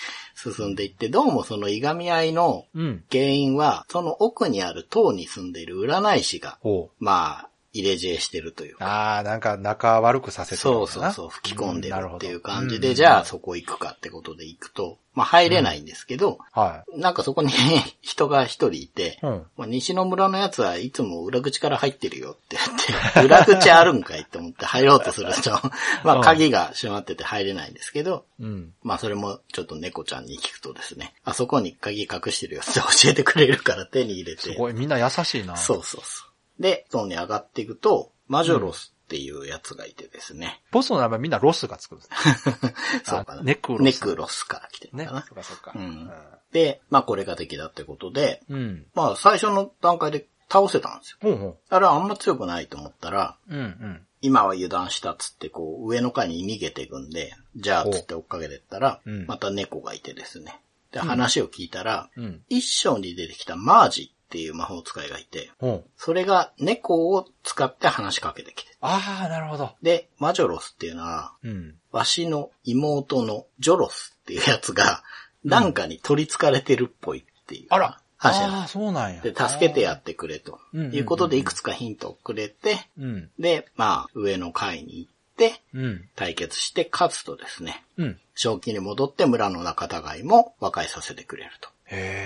C: 進んでいって、どうもそのいがみ合いの
B: うん。
C: 原因は、その奥にある塔に住んでいる占い師が、
B: ほう。
C: まあ、入れ知恵してるというか。
B: ああ、なんか仲悪くさせてる
C: そ
B: の
C: う
B: か
C: そう
B: な
C: そう、吹き込んでるっていう感じ
B: う
C: で、
B: ん
C: じゃあそこ行くかってことで行くと、まあ入れないんですけど、
B: は
C: なんかそこに 人が一人いて、
B: い。うん。
C: まあ西の村のやつはいつも裏口から入ってるよって言って、裏口あるんかいって思って入ろうとする と、 まあ鍵が閉まってて入れないんですけど、
B: うん。
C: まあそれもちょっと猫ちゃんに聞くとですね、あそこに鍵隠してるよって教えてくれるから手に入れて、
B: すごい、みんな優しいな。。
C: そううそうそう。で、塔に上がっていくと、マジョロスっていうやつがいてですね、
B: ボスの名前みんなロスがつくんですね。
C: そうかな。
B: あネクロス
C: ネクロスから来てる
B: ね。
C: のかな。
B: そっかそっか。
C: うんで、まあこれが敵だってことで、
B: うん。うん。
C: まあ最初の段階で倒せたんですよ。
B: ほうほ
C: あれはあんま強くないと思ったら、
B: う。うんうん。
C: 今は油断したっつって、こう、上の階に逃げていくんで、じゃあっつって追っかけてったら、
B: うん
C: また猫がいてですね。で、話を聞いたら、
B: うん。
C: 一章に出てきたマージっていう魔法使いがいて、
B: ほう。
C: それが猫を使って話しかけてきて。
B: ああ、なるほど。
C: で、マジョロスっていうのは、
B: うん。
C: わしの妹のジョロスっていうやつが、なんかに取り憑かれてるっぽいっていう。
B: あら。
C: 話なん
B: ああ、そうなんや。
C: で、助けてやってくれと。
B: うんうんうん
C: いうことで、いくつかヒントをくれて、
B: うん。
C: で、まあ、上の階に行って、
B: うん。
C: 対決して勝つとですね、
B: うん。
C: 正気に戻って村の仲違いも和解させてくれると。
B: へ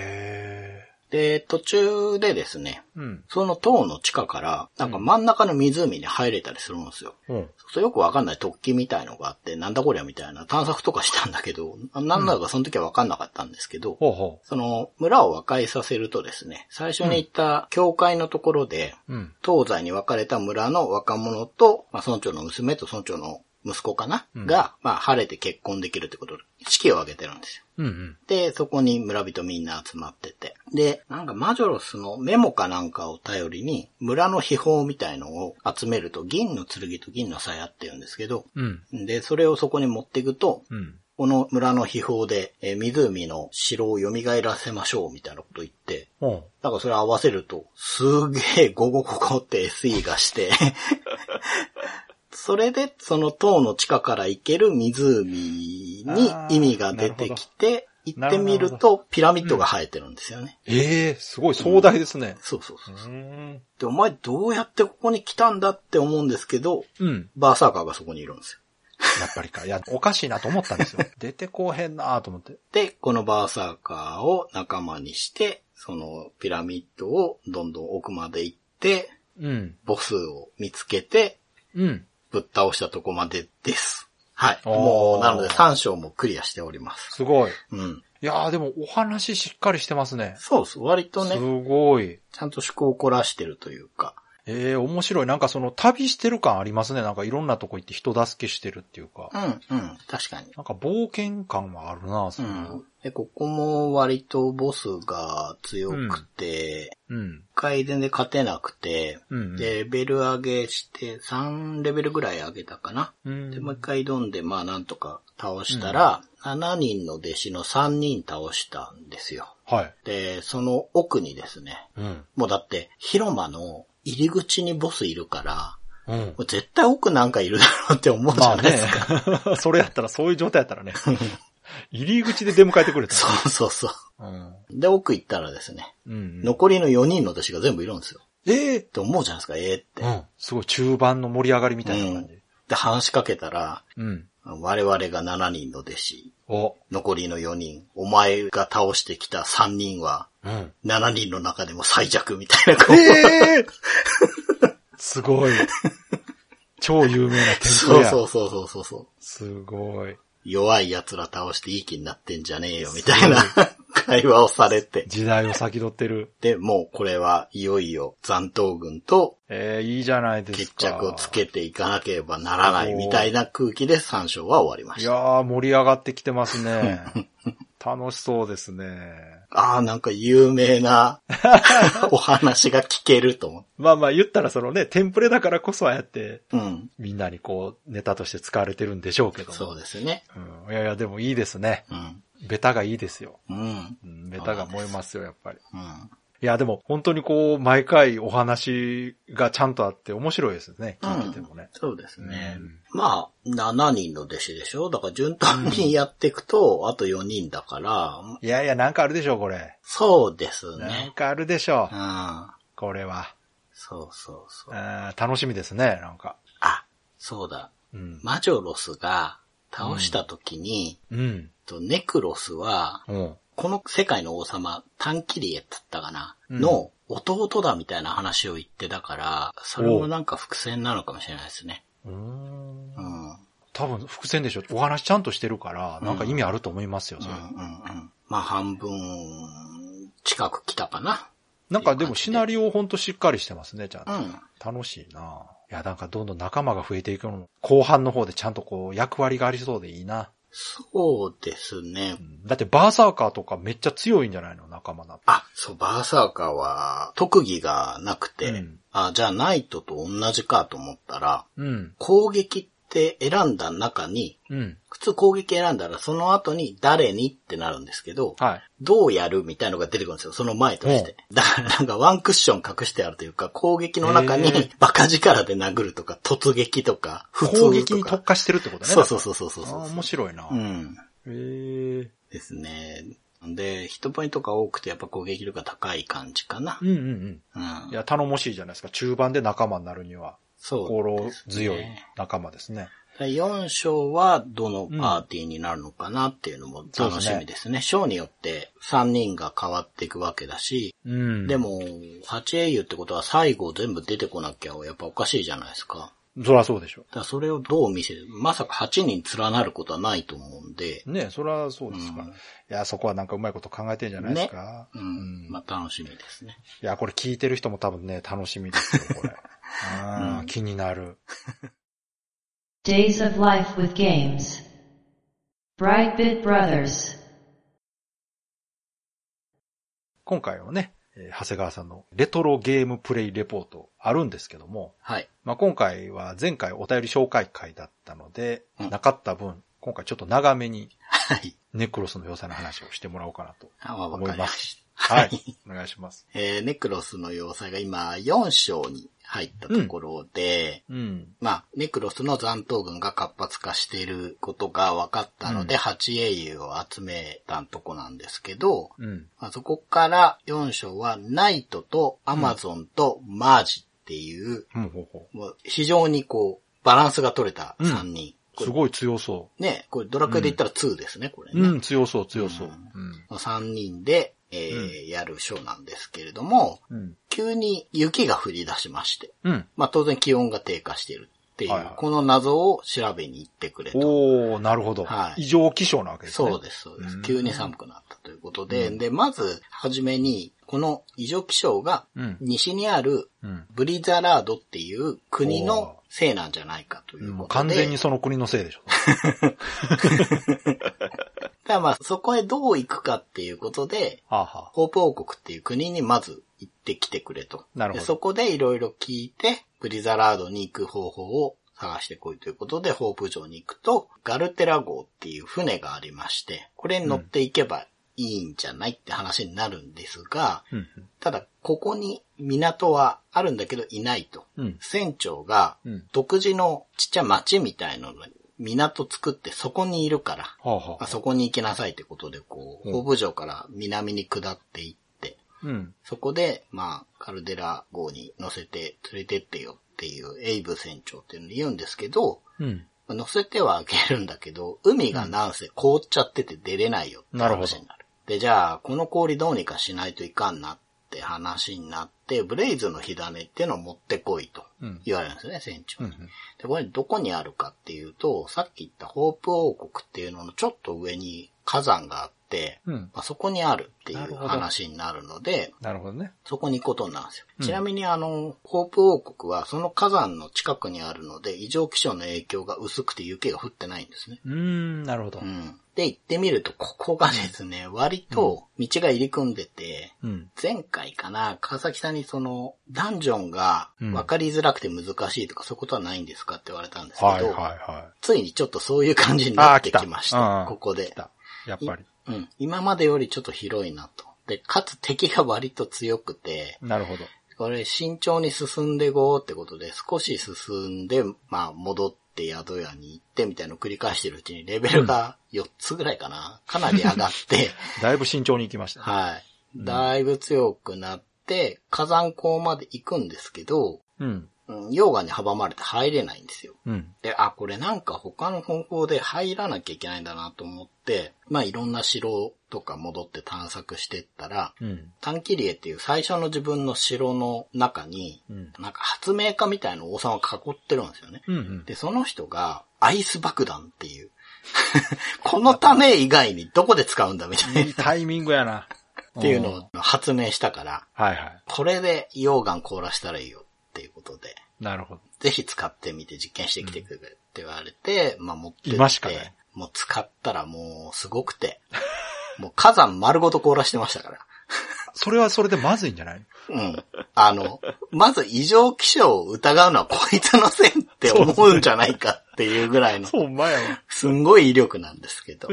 B: え。
C: で、途中でですね、
B: うん。
C: その塔の地下から、なんか真ん中の湖に入れたりするんですよ。
B: うん。
C: そうそうよくわかんない突起みたいのがあって、なんだこりゃみたいな探索とかしたんだけど、ななんだかその時はわかんなかったんですけど、
B: ほうほ
C: その村を和解させるとですね、最初に行った教会のところで、
B: う。うん。
C: 東西に分かれた村の若者と、まあ、村長の娘と村長の息子かな、
B: うん
C: が、まあ、晴れて結婚できるってことで、式を挙げてるんですよ。
B: うんうん。
C: で、そこに村人みんな集まってて。で、なんかマジョロスのメモかなんかを頼りに、村の秘宝みたいのを集めると、銀の剣と銀の鞘って言うんですけど、
B: うん。
C: で、それをそこに持っていくと、
B: うん。
C: この村の秘宝で、えー湖の城を蘇らせましょうみたいなこと言って、
B: ほ
C: なんかそれ合わせると、すげえゴゴゴゴって SE がして、それでその塔の地下から行ける湖に意味が出てきて、行ってみる
B: なる
C: とピラミッドが生えてるんですよね。
B: うええすごい壮大ですね。
C: そうそうそうう。
B: ん。
C: で、お前どうやってここに来たんだって思うんですけど、
B: うん。
C: バーサーカーがそこにいるんですよ。
B: やっぱりか。いや、おかしいなと思ったんです よ。出てこうへんなと思って。
C: で、このバーサーカーを仲間にして、そのピラミッドをどんどん奥まで行って、
B: うん。
C: ボスを見つけて、
B: うん。
C: ぶっ倒したとこまでです。はい。
B: おー
C: もう、なので3章もクリアしております。
B: すごい。
C: うん。
B: いやーでもお話しっかりしてますね。
C: そうそう。割と
B: す
C: ね、
B: ごい。
C: ちゃんと趣向を凝らしてるというか。
B: ええ面白い。なんかその旅してる感ありますね。なんかいろんなとこ行って人助けしてるっていうか。
C: うん、うん。確かに。
B: なんか冒険感はあるな
C: う
B: その
C: ん。で、ここも割とボスが強くて、
B: うん。
C: 一回全然勝てなくて、
B: うん。
C: で、レベル上げして、3レベルぐらい上げたかな。
B: うん、
C: で、もう一回挑んで、まあなんとか倒したら、7人の弟子の3人倒したんですよ。
B: はい。
C: で、その奥にですね、
B: うん。
C: もうだって、広間の入り口にボスいるから、
B: うん。
C: もう絶対奥なんかいるだろうって思うじ
B: ま
C: ゃ
B: あ
C: ないで
B: ね
C: す か。、
B: それやったら、そういう状態やった らね、入り口で出迎えてくれた。
C: そうそうそう。
B: うん。
C: で、奥行ったらですね、
B: うん。
C: 残りの4人の弟子が全部いるんですよ。
B: ええ
C: って思うじゃないですか、ええって。
B: うん。すごい、中盤の盛り上がりみたいな感じ。
C: で、話しかけたら、
B: うん。
C: 我々が7人の弟子、
B: お。
C: 残りの4人、お前が倒してきた3人は、
B: うん。
C: 7人の中でも最弱みたいな
B: え
C: 顔。
B: えす ごい。超有名な天
C: そう
B: 狗や。
C: そうそうそうそうそう。
B: すごい。
C: 弱い奴ら倒していい気になってんじゃねえよみたいな 会話をされて。
B: 時代を先取ってる。
C: で、もうこれはいよいよ残党軍と
B: ええいいじゃないです
C: 決
B: か。
C: 着をつけていかなければならないみたいな空気で3章は終わりま
B: い
C: した。
B: やー、盛り上がってきてますね。 楽しそうですね。
C: ああ、なんか有名 なお話が聞けると思
B: まあまあ言ったらそのね、テンプレだからこそああやって、
C: う。うん。
B: みんなにこう、ネタとして使われてるんでしょうけど。
C: そうですね。
B: うん。いやいや、でもいいですね。
C: うん。
B: ベタがいいですよ。
C: うん。
B: うん、ベタが燃えますよ、やっぱり。
C: うん。
B: いや、でも本当にこう、毎回お話がちゃんとあって面白いですね。
C: うん
B: 聞いててもね。
C: そうですね。
B: うん
C: まあ、7人の弟子でしょだから順当にやっていくと、あと4人だから、
B: いやいや、なんかあるでしょ、これ。
C: そうです
B: なん
C: ね。
B: かあるでしょ
C: う、ん。
B: これは。
C: そうそうそうう。
B: ん楽しみですね、なんか。
C: あ、そうだ。
B: うん。
C: マジョロスが倒した時に、
B: うん。
C: とネクロスは、
B: うん。
C: この世界の王様、タンキリエだったかな、
B: うん
C: の弟だみたいな話を言ってたから、それもなんか伏線なのかもしれないですね。
B: うーん
C: うん。うん、うん、
B: 多分、伏線でしょ。お話ちゃんとしてるから、なんか意味あると思いますよ、
C: う
B: それ。
C: ん。まあ半分近く来たかな。
B: なんかでもシナリオほんとしっかりしてますね、ちゃん
C: う
B: と。
C: ん。
B: 楽しいなぁいや、なんかどんどん仲間が増えていくのも、後半の方でちゃんとこう役割がありそうでいいな。
C: そうですね
B: う。んだってバーサーカーとかめっちゃ強いんじゃないの仲間なって。
C: あ、そう、バーサーカーは特技がなくて、
B: うん
C: あ、じゃあナイトと同じかと思ったら、
B: うん。
C: 攻撃って選んだ中に、
B: うん。
C: 普通攻撃選んだらその後に誰にってなるんですけど、
B: はい。
C: どうやるみたいのが出てくるんですよ、その前として。だからなんかワンクッション隠してあるというか、攻撃の中
B: へ
C: に
B: ー
C: バカ力で殴るとか、突撃とか、普
B: 攻
C: 通
B: 撃
C: と
B: に特
C: か。
B: 化してるってことね。
C: そうそう
B: そ
C: そうそうそう
B: あー
C: そ
B: 面白いな。
C: う。うん。
B: へー
C: ですね。で、ヒットポイントが多くてやっぱ攻撃力が高い感じかな
B: う。んうん
C: う
B: うん。
C: ん
B: い。や、頼もしいじゃないですか。中盤で仲間になるには、
C: そう
B: 心
C: ですね。
B: 強い仲間ですね。
C: 4章はどのパーティーになるのかなっていうのも楽しみですね。章、によって3人が変わっていくわけだし、
B: うん。
C: で、も8英雄ってことは最後全部出てこなきゃやっぱおかしいじゃないですか。
B: そりゃそうでしょ。
C: だからそれをどう見せるまさか8人連なることはないと思うんで、
B: ねそりゃそうですから。
C: うん
B: いや、そこはなんかうまいこと考えてんじゃないですか。
C: うん、
B: うん
C: まあ楽しみですね。
B: いや、これ聞いてる人も多分ね、楽しみですよ、 これ。あー気になる。
A: Days of Life with Games. Brightbit Brothers.
B: 今回はね、えー長谷川さんのレトロゲームプレイレポートあるんですけども、
C: はい。
B: まあ、今回は前回お便り紹介会だったので、
C: うん
B: なかった分、今回ちょっと長めに
C: はい。
B: ネックロスの良さの話をしてもらおうかなと。
C: あまあ、わかりました。
B: はい。お願いします。
C: えー、ネクロスの要塞が今4章に入ったところで、
B: うん。
C: まあ、ネクロスの残党軍が活発化していることが分かったので、
B: うん
C: 8英雄を集めたとこなんですけど、
B: うん。
C: まあ、そこから4章はナイトとアマゾンとマージっていう、
B: うん、ほうほ
C: もう非常にこう、バランスが取れた3人。
B: う。す
C: こ
B: ごい強そ
C: れね、これドラクエで言ったら2ですね、これ
B: う。
C: ね。
B: うん、強そう、強そう。
C: この3人で、えーやる章なんですけれども、
B: うん。うん。
C: 急に雪が降り出しまして、
B: うん。
C: まあ当然気温が低下しているっていう、
B: はいはい
C: この謎を調べに行ってくれと。
B: おー、なるほど。
C: はい
B: 異常気象なわけですね。
C: そうです、そうで
B: う
C: す
B: ん。
C: 急に寒くなったということで、
B: うん
C: で、まず、はじめに、この異常気象が
B: うん。
C: 西にある
B: うん。
C: ブリザラードっていう国のせいなんじゃないかという
B: もう
C: こと
B: 完
C: で。
B: 全にその国のせいでしょ。
C: ただまあそこへどう行くかっていうことで、
B: はあ、は
C: ホープ王国っていう国にまず行ってきてくれと。
B: なるほど
C: でそこでいろいろ聞いて、ブリザラードに行く方法を探してこいということで、ホープ城に行くと、ガルテラ号っていう船がありまして、これに乗っていけばいいんじゃないって話になるんですが、
B: あ。うん。
C: ただ、ここに港はあるんだけどいないと。
B: うん。
C: 船長が
B: うん。
C: 独自のちっちゃい町みたいのに港作ってそこにいるから、
B: はあ、は
C: あ
B: あ。
C: そこに行きなさいってことで、こう、
B: うん
C: 北部城から南に下っていって、
B: うん。
C: そこで、まあ、カルデラ号に乗せて連れてってよっていうエイブ船長っていうのに言うんですけど、
B: うん。
C: まあ乗せてはあげるんだけど、海がなんせ凍っちゃってて出れないよって
B: なるほど
C: 話になる。で、じゃあ、この氷どうにかしないといかんなって話になって、ブレイズの火種っていうのを持ってこいと
B: うん。
C: 言われるんですね、船長
B: う
C: に。
B: ん。
C: で、これどこにあるかっていうと、さっき言ったホープ王国っていうののちょっと上に火山があって、
B: うん。
C: まあ、そこにあるってい
B: なる
C: う
B: ほど
C: 話になるので、
B: なるほどね。
C: そこに行くことになるんですよ。
B: うん
C: ちなみにあの、ホープ王国はその火山の近くにあるので、異常気象の影響が薄くて雪が降ってないんですね。
B: うーん、なるほど
C: う。ん。で、行ってみると、ここがですね、割と道が入り組んでて、
B: うん。
C: 前回かな、川崎さんにその、ダンジョンが分かりづらくて難しいとか、そういうことはないんですかって言われたんですけど、
B: はいはいは
C: ついにちょっとそういう感じになってきまし
B: あー来たう
C: た。
B: ん
C: ここ
B: い。
C: で
B: 来。た。やっぱり。
C: うん。今までよりちょっと広いなと。で、かつ敵が割と強くて、
B: なるほど。
C: これ慎重に進んでいこうってことで、少し進んで、まあ戻って宿屋に行ってみたいのを繰り返してるうちにレベルが4つぐらいかな。かなり上が って、
B: だいぶ慎重に行きましたね。
C: はい。
B: うん
C: だいぶ強くなって、火山口まで行くんですけど、
B: うん。
C: うん溶岩に阻まれて入れないんですよ。
B: うん。
C: で、あ、これなんか他の方法で入らなきゃいけないんだなと思って、まあいろんな城とか戻って探索してったら、
B: うん。
C: 短期リエっていう最初の自分の城の中に、
B: うん。
C: なんか発明家みたいな王様が囲ってるんですよね。
B: うん。
C: で、その人がアイス爆弾っていう、 このため以外にどこで使うんだみたいな
B: うん。いいタイミングや な。
C: っていう
B: うん
C: のを発明したから、
B: はいは
C: これで溶岩凍らしたらいいよっていうことで、
B: い。なるほど。
C: ぜひ使ってみて実験してきてくれって言われて、まあ持ってって
B: 今しかない
C: もう使ったらもうすごくて、 もう火山丸ごと凍らしてましたから。
B: それはそれでまずいんじゃない
C: うん。あの、まず異常気象を疑うのはこいつのせいって思うんじゃないかっていうぐらいの、
B: う、前は。
C: すんごい威力なんですけど。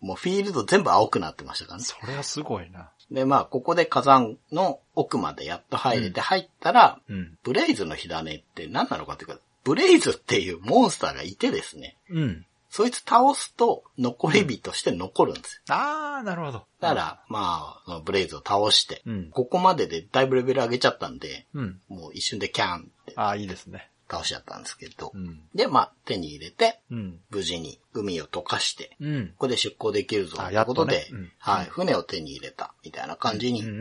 C: もうフィールド全部青くなってましたからね。
B: それはすごいな。
C: で、まあ、ここで火山の奥までやっと入れて入ったら、
B: うん。
C: ブレイズの火種って何なのかっていうか、ブレイズっていうモンスターがいてですね、
B: うん。
C: そいつ倒すと残り火として残るんですよ。
B: あー、なるほど。
C: だから、まあその、ブレイズを倒して、
B: うん
C: ここまででだいぶレベル上げちゃったんで、
B: うん。
C: もう一瞬でキャンって
B: あー、いいですね。
C: 倒しちゃったんですけど、
B: うん。
C: で、まあ、手に入れて、
B: うん。
C: 無事に海を溶かして、
B: うん。
C: ここで出港できるぞ、と
B: あ
C: いうこと
B: やっ
C: で、
B: とねうん
C: はい、船を手に入れた、みたいな感じ
B: うんうん
C: に
B: うんう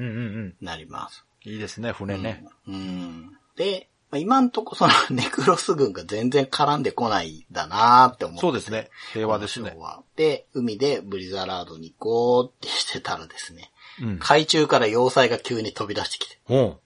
B: ん。
C: なります。
B: いいですね、船ね。
C: うん。うんで、まあ今んとこその ネクロス軍が全然絡んでこないんだなーって思って。
B: そうですね。平和ですね
C: 昭。和で、海でブリザラードに行こうってしてたらですね、
B: うん。
C: 海中から要塞が急に飛び出してきて、
B: おう。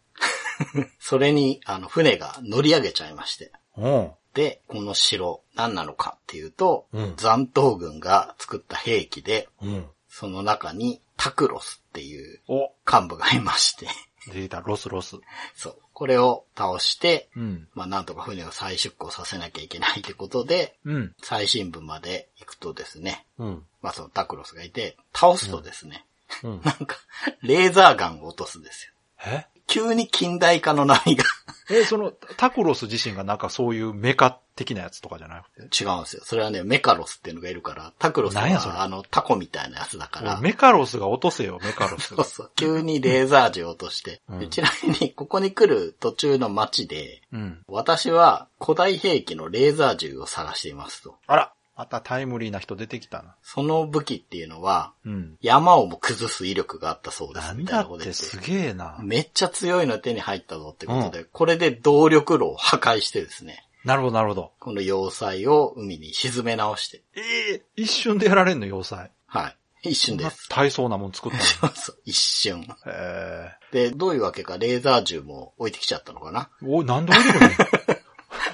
C: それに、あの、船が乗り上げちゃいまして。
B: おう。
C: で、この城、何なのかっていうと、
B: うん
C: 残党軍が作った兵器で、
B: うん。
C: その中にタクロスっていう
B: お
C: 幹部がいまして、
B: 出た、ロスロス。
C: そう。これを倒して、
B: うん。
C: まあなんとか船を再出航させなきゃいけないってことで、
B: うん。
C: 最新部まで行くとですね、
B: うん。
C: まあそのタクロスがいて、倒すとですね、
B: うん。
C: なんか、レーザーガンを落とすんですよ。
B: え
C: 急に近代化の波が
B: え、その、タクロス自身がなんかそういうメカ的なやつとかじゃなくて
C: 違うんですよ。それはね、メカロスっていうのがいるから、タクロス
B: なんやそれ
C: はあのタコみたいなやつだから、
B: メカロスが落とせよ、メカロス。
C: そうそう、急にレーザー銃を落として、
B: うん
C: でちなみにここに来る途中の街で、
B: うん。
C: 私は古代兵器のレーザー銃を探していますと。
B: あら、またタイムリーな人出てきたな。
C: その武器っていうのは、
B: うん。
C: 山をも崩す威力があったそうで
B: な
C: す。
B: ん
C: みたい
B: だ
C: なこ
B: っ
C: と言
B: て
C: って
B: すげえな。
C: めっちゃ強いの手に入ったぞってことで、これで動力炉を破壊してですね、
B: なるほど、なるほど。
C: この要塞を海に沈め直して、
B: ええ一瞬でやられんの、要塞。
C: はい。一瞬です。
B: 大層なもん作ったの
C: そう一瞬。
B: に。え
C: で、どういうわけかレーザー銃も置いてきちゃったのかな。
B: えお、なんで置いてくる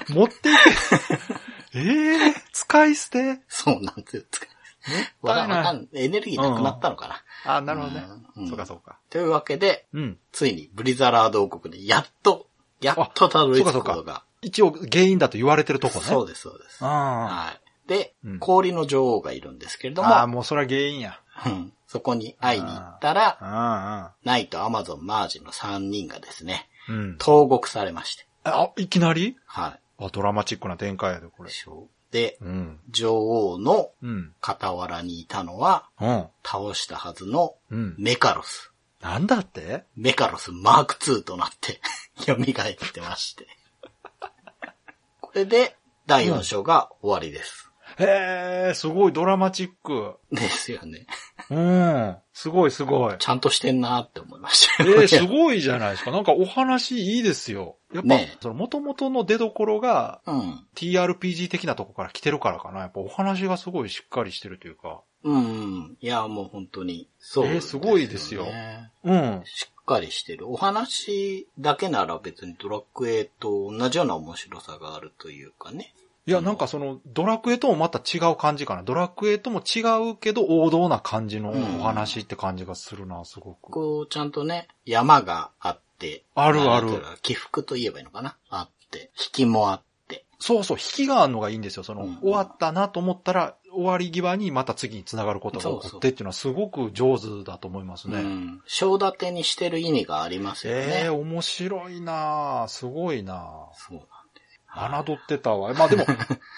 B: の持っていけ。ええ使い捨て
C: そうなんですよ。
B: たいな
C: わかん
B: い
C: わかんエネルギーなくなったのかな。
B: あ、なるほどね。
C: うん
B: そうかそうか。
C: というわけで、
B: うん。
C: ついにブリザラード王国にやっと、やっとたどり着くことが。
B: 一応原因だと言われてるとこね。
C: そう
B: う
C: です、そうです。
B: あ
C: はい。で
B: うん、
C: 氷の女王がいるんですけれ
B: あ。
C: ども、
B: ああ、もうそれは原因や。
C: うんそこに会いに行ったら、
B: あ
C: ナイト、アマゾン、マージの3人がですね、
B: あ。うん。
C: 投獄されまして。
B: あ、いきなり
C: は
B: あ、ドラマチックな展開やで、こ
C: い
B: れ。。
C: で、
B: うん。
C: 女王の
B: うん。
C: 傍らにいたのは、
B: うん。
C: 倒したはずの
B: うん。
C: メカロス。
B: なんだって
C: メカロスマーク2となって 蘇ってまして。これで第4章が終わりです。
B: へえ、すごいドラマチック。
C: ですよね。
B: うん。すごいすごい。
C: ちゃんとしてんなーって思いました
B: え
C: よ。
B: ー、すごいじゃないですか。なんかお話いいですよ。やっぱ、
C: ねえ
B: その元々の出所が
C: うん。
B: TRPG 的なとこから来てるからかな。やっぱお話がすごいしっかりしてるというか。
C: うんうん。いや、もう本当に。そう、
B: えーすごいですよ
C: ね
B: うん。
C: しっかりしてる。お話だけなら別にドラクエと同じような面白さがあるというかね。
B: いや、なんかその、ドラクエともまた違う感じかな。ドラクエとも違うけど、王道な感じのお話って感じがするな、すごく。
C: こう、ちゃんとね、山があって。
B: あるある
C: なんていうの。起伏と言えばいいのかなあって。引きもあって。
B: そうそう、引きがあるのがいいんですよ。その、
C: うん
B: 終わったなと思ったら、終わり際にまた次に繋がることが起こってっていうのはすごく上手だと思いますね。
C: うん。章立てにしてる意味がありますよね。
B: ええー、面白いなぁすごいなぁ
C: そうなんですよ。
B: 侮ってたわ。まあで も、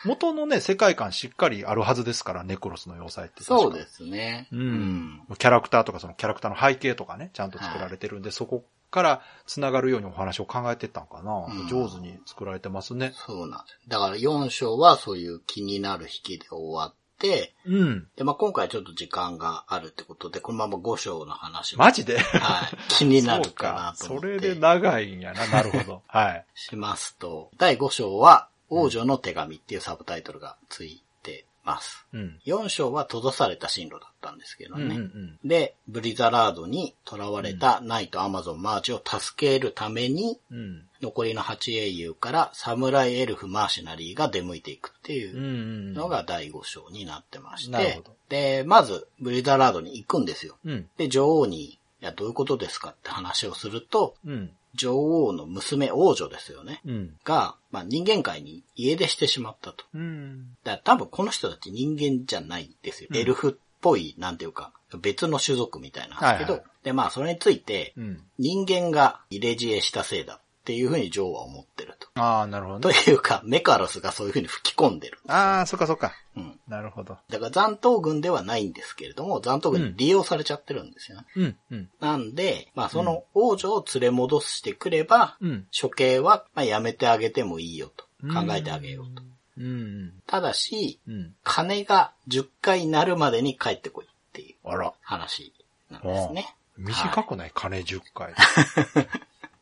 B: 元のね、世界観しっかりあるはずですから、ネクロスの要塞って。。
C: そうですすね。
B: うん。キャラクターとか、そのキャラクターの背景とかね、ちゃんと作られてるんで、そこから繋がるようにお話を考えてったんかな、
C: うん
B: 上手に作られてますね。
C: そうなんです。だから4章はそういう気になる引きで終わって、
B: うん。
C: で、まあ今回ちょっと時間があるってことで、このまま5章の話も
B: マジで
C: はい。気にな
B: そ
C: る
B: う
C: か
B: か。
C: なと思
B: そ
C: って。
B: れで長いんや な。なるほど。はい。
C: しますと、第5章は、王女の手紙っていうサブタイトルがついてます。
B: うん。
C: 4章は閉ざされた進路だったんですけど
B: うんうんう
C: ね。
B: ん。
C: で、ブリザラードに囚われたナイト、アマゾン、マーチを助けるために、
B: うん。
C: 残りの8英雄からサムライ、エルフ、マーシナリーが出向いていくって
B: う。
C: いうんのが第5章になってまし
B: なるほ
C: て
B: ど、
C: で、まずブリザラードに行くんですよ。
B: うん。
C: で、女王に、いや、どういうことですかって話をすると、
B: うん。
C: 女王の娘、王女ですよね。
B: うん。
C: が、まあ、人間界に家出してしまったと。
B: うん。
C: だから多分この人たち人間じゃないんですよ。
B: うん
C: エルフっぽい、なんていうか、別の種族みたいなんですけど、
B: はいは
C: で、まあそれについて
B: う、ん。
C: 人間が入れ知恵したせいだっていうふうに女王は思ってると。
B: ああ、なるほど
C: と
B: ね。
C: いうか、メカロスがそういうふうに吹き込んでる。
B: ああ、そっかそっか。
C: うん。
B: なるほど。
C: だから残党軍ではないんですけれども、残党軍に利用されちゃってるんですよね。
B: うん。うん。
C: なんで、まあその王女を連れ戻してくれば、
B: うん。
C: 処刑はまあやめてあげてもいいよと。考えてあげようと。
B: うん。
C: ただし、
B: うん。
C: 金が10回なるまでに帰ってこいっていう
B: あら。
C: 話なんですね。
B: 短くない金10回。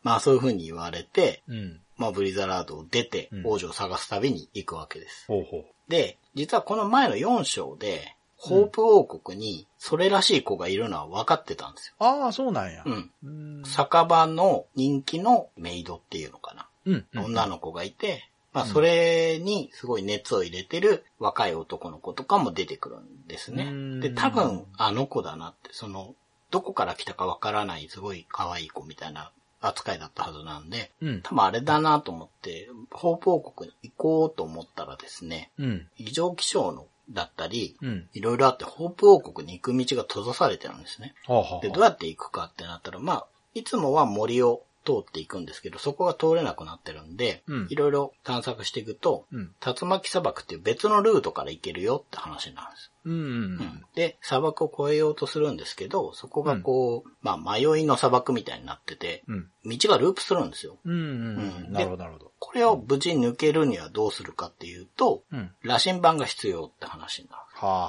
C: まあそういう風に言われて、
B: うん。
C: まあブリザラードを出て
B: うん
C: 王女を探す旅に行くわけです。
B: ほうほう。
C: で、実はこの前の4章で、ホープ王国にそれらしい子がいるのは分かってたんですよ。
B: ああ、そうなんや。
C: うん。
B: うん。
C: 酒場の人気のメイドっていうのかな。
B: うん。
C: 女の子がいて、まあ、それにすごい熱を入れてる若い男の子とかも出てくるんです
B: う
C: ね
B: ん。
C: で、多分、あの子だなって、その、どこから来たかわからないすごい可愛い子みたいな扱いだったはずなんで、
B: うん。
C: 多分あれだなと思って、報報国に行こうと思ったらですね、
B: うん。
C: 異常気象のだったり、
B: うん。
C: いろいろあって、ホープ王国に行く道が閉ざされてるんですね。
B: はあ、はあはあ
C: で、どうやって行くかってなったら、まあ、いつもは森を通っていくんですけど、そこが通れなくなってるんで
B: うん、
C: いろいろ探索していくと、
B: うん。
C: 竜巻砂漠っていう別のルートから行けるよって話になるんです。
B: うん。う
C: うんん。で、砂漠を越えようとするんですけど、そこがこう、まあ、迷いの砂漠みたいになってて、
B: うん。
C: 道がループするんですよ。
B: うん。う。
C: うんん
B: なるほど、なるほど。
C: これを無事抜けるにはどうするかっていうと、
B: うん。
C: 羅針盤が必要って話になる。
B: はあ、はあ、はあ、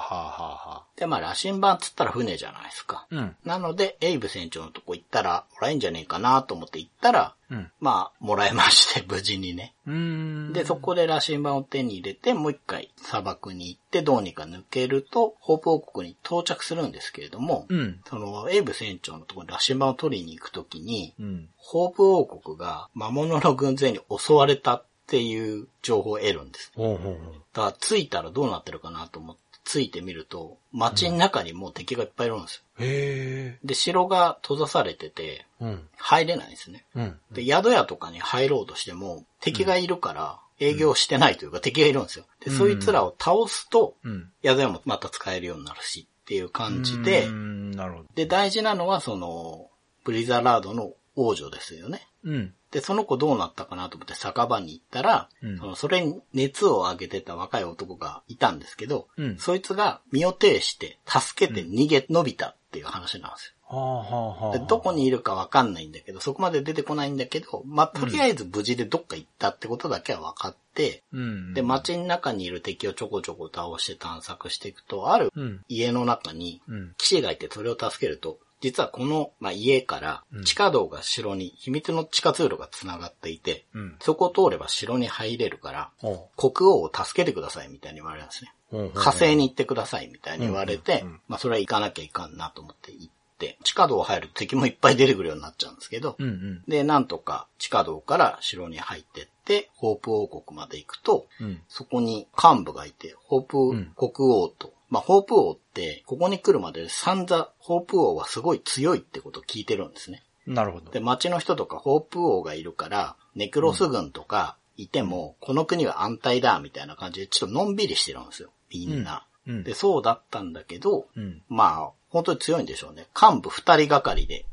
B: はあ。
C: で、まあ、羅針盤っつったら船じゃないですか。
B: うん。
C: なので、エイブ船長のとこ行ったら、もらえんじゃねえかなと思って行ったら、
B: うん。
C: まあ、もらえまして、 無事にね。
B: うーん。
C: で、そこで羅針盤を手に入れて、もう一回砂漠に行って、どうにか抜けると、ホープ王国に到着するんですけれども、
B: うん。
C: その、エイブ船長のところに羅針盤を取りに行くときに、
B: うん。
C: ホープ王国が魔物の軍勢に襲われたっていう情報を得るんです。
B: ほうほうほう。
C: だから、着いたらどうなってるかなと思って、着いてみると、街の中にもう敵がいっぱいいるんですよ。
B: へえ。
C: で、城が閉ざされてて、
B: うん。
C: 入れないんですね。
B: うん。
C: で、宿屋とかに入ろうとしても、敵がいるから、営業してないというか、敵がいるんですよ。で、
B: うん
C: そいつらを倒すと、
B: うん。
C: 宿屋もまた使えるようになるし、っていう感じで
B: うー、んなるほど。
C: で、大事なのは、その、ブリザラードの王女ですよね。
B: うん。
C: で、その子どうなったかなと思って酒場に行ったら、
B: うん
C: そのそれに熱を上げてた若い男がいたんですけど、
B: うん
C: そいつが身を挺して助けて逃げ延びたっていう話なんですよ。
B: はあ、はあ、はあ。
C: でどこにいるかわかんないんだけど、そこまで出てこないんだけど、まあ、とりあえず無事でどっか行ったってことだけは分かって、
B: うん。
C: で、。街の中にいる敵をちょこちょこ倒して探索していくと、ある
B: うん。
C: 家の中に
B: うん。
C: 騎士がいてそれを助けると、実はこの、まあ、家から
B: うん
C: 地下道が城に秘密の地下通路が繋がっていて、
B: うん。
C: そこを通れば城に入れるから、
B: ほ
C: 国王を助けてくださいみたいに言われるんですね。
B: う。ほうほう
C: 火。星に行ってくださいみたいに言われて
B: うんうんうん、
C: まあそれは行かなきゃいかんなと思って行って、地下道を入ると敵もいっぱい出てくるようになっちゃうんですけど
B: う、んうん。
C: で、なんとか地下道から城に入ってって、ホープ王国まで行くと、
B: うん。
C: そこに幹部がいて、ホ
B: うん
C: ープ国王と、まあホープ王って、ここに来るまで散々ホープ王はすごい強いってことを聞いてるんですね。
B: なるほど。
C: で、町の人とかホープ王がいるから、ネクロス軍とかいても、この国は安泰だ、みたいな感じで、ちょっとのんびりしてるんですよ、みんな。
B: うん。
C: で、そうだったんだけど、
B: うん。
C: まあ、本当に強いんでしょうね。幹部二人がかりで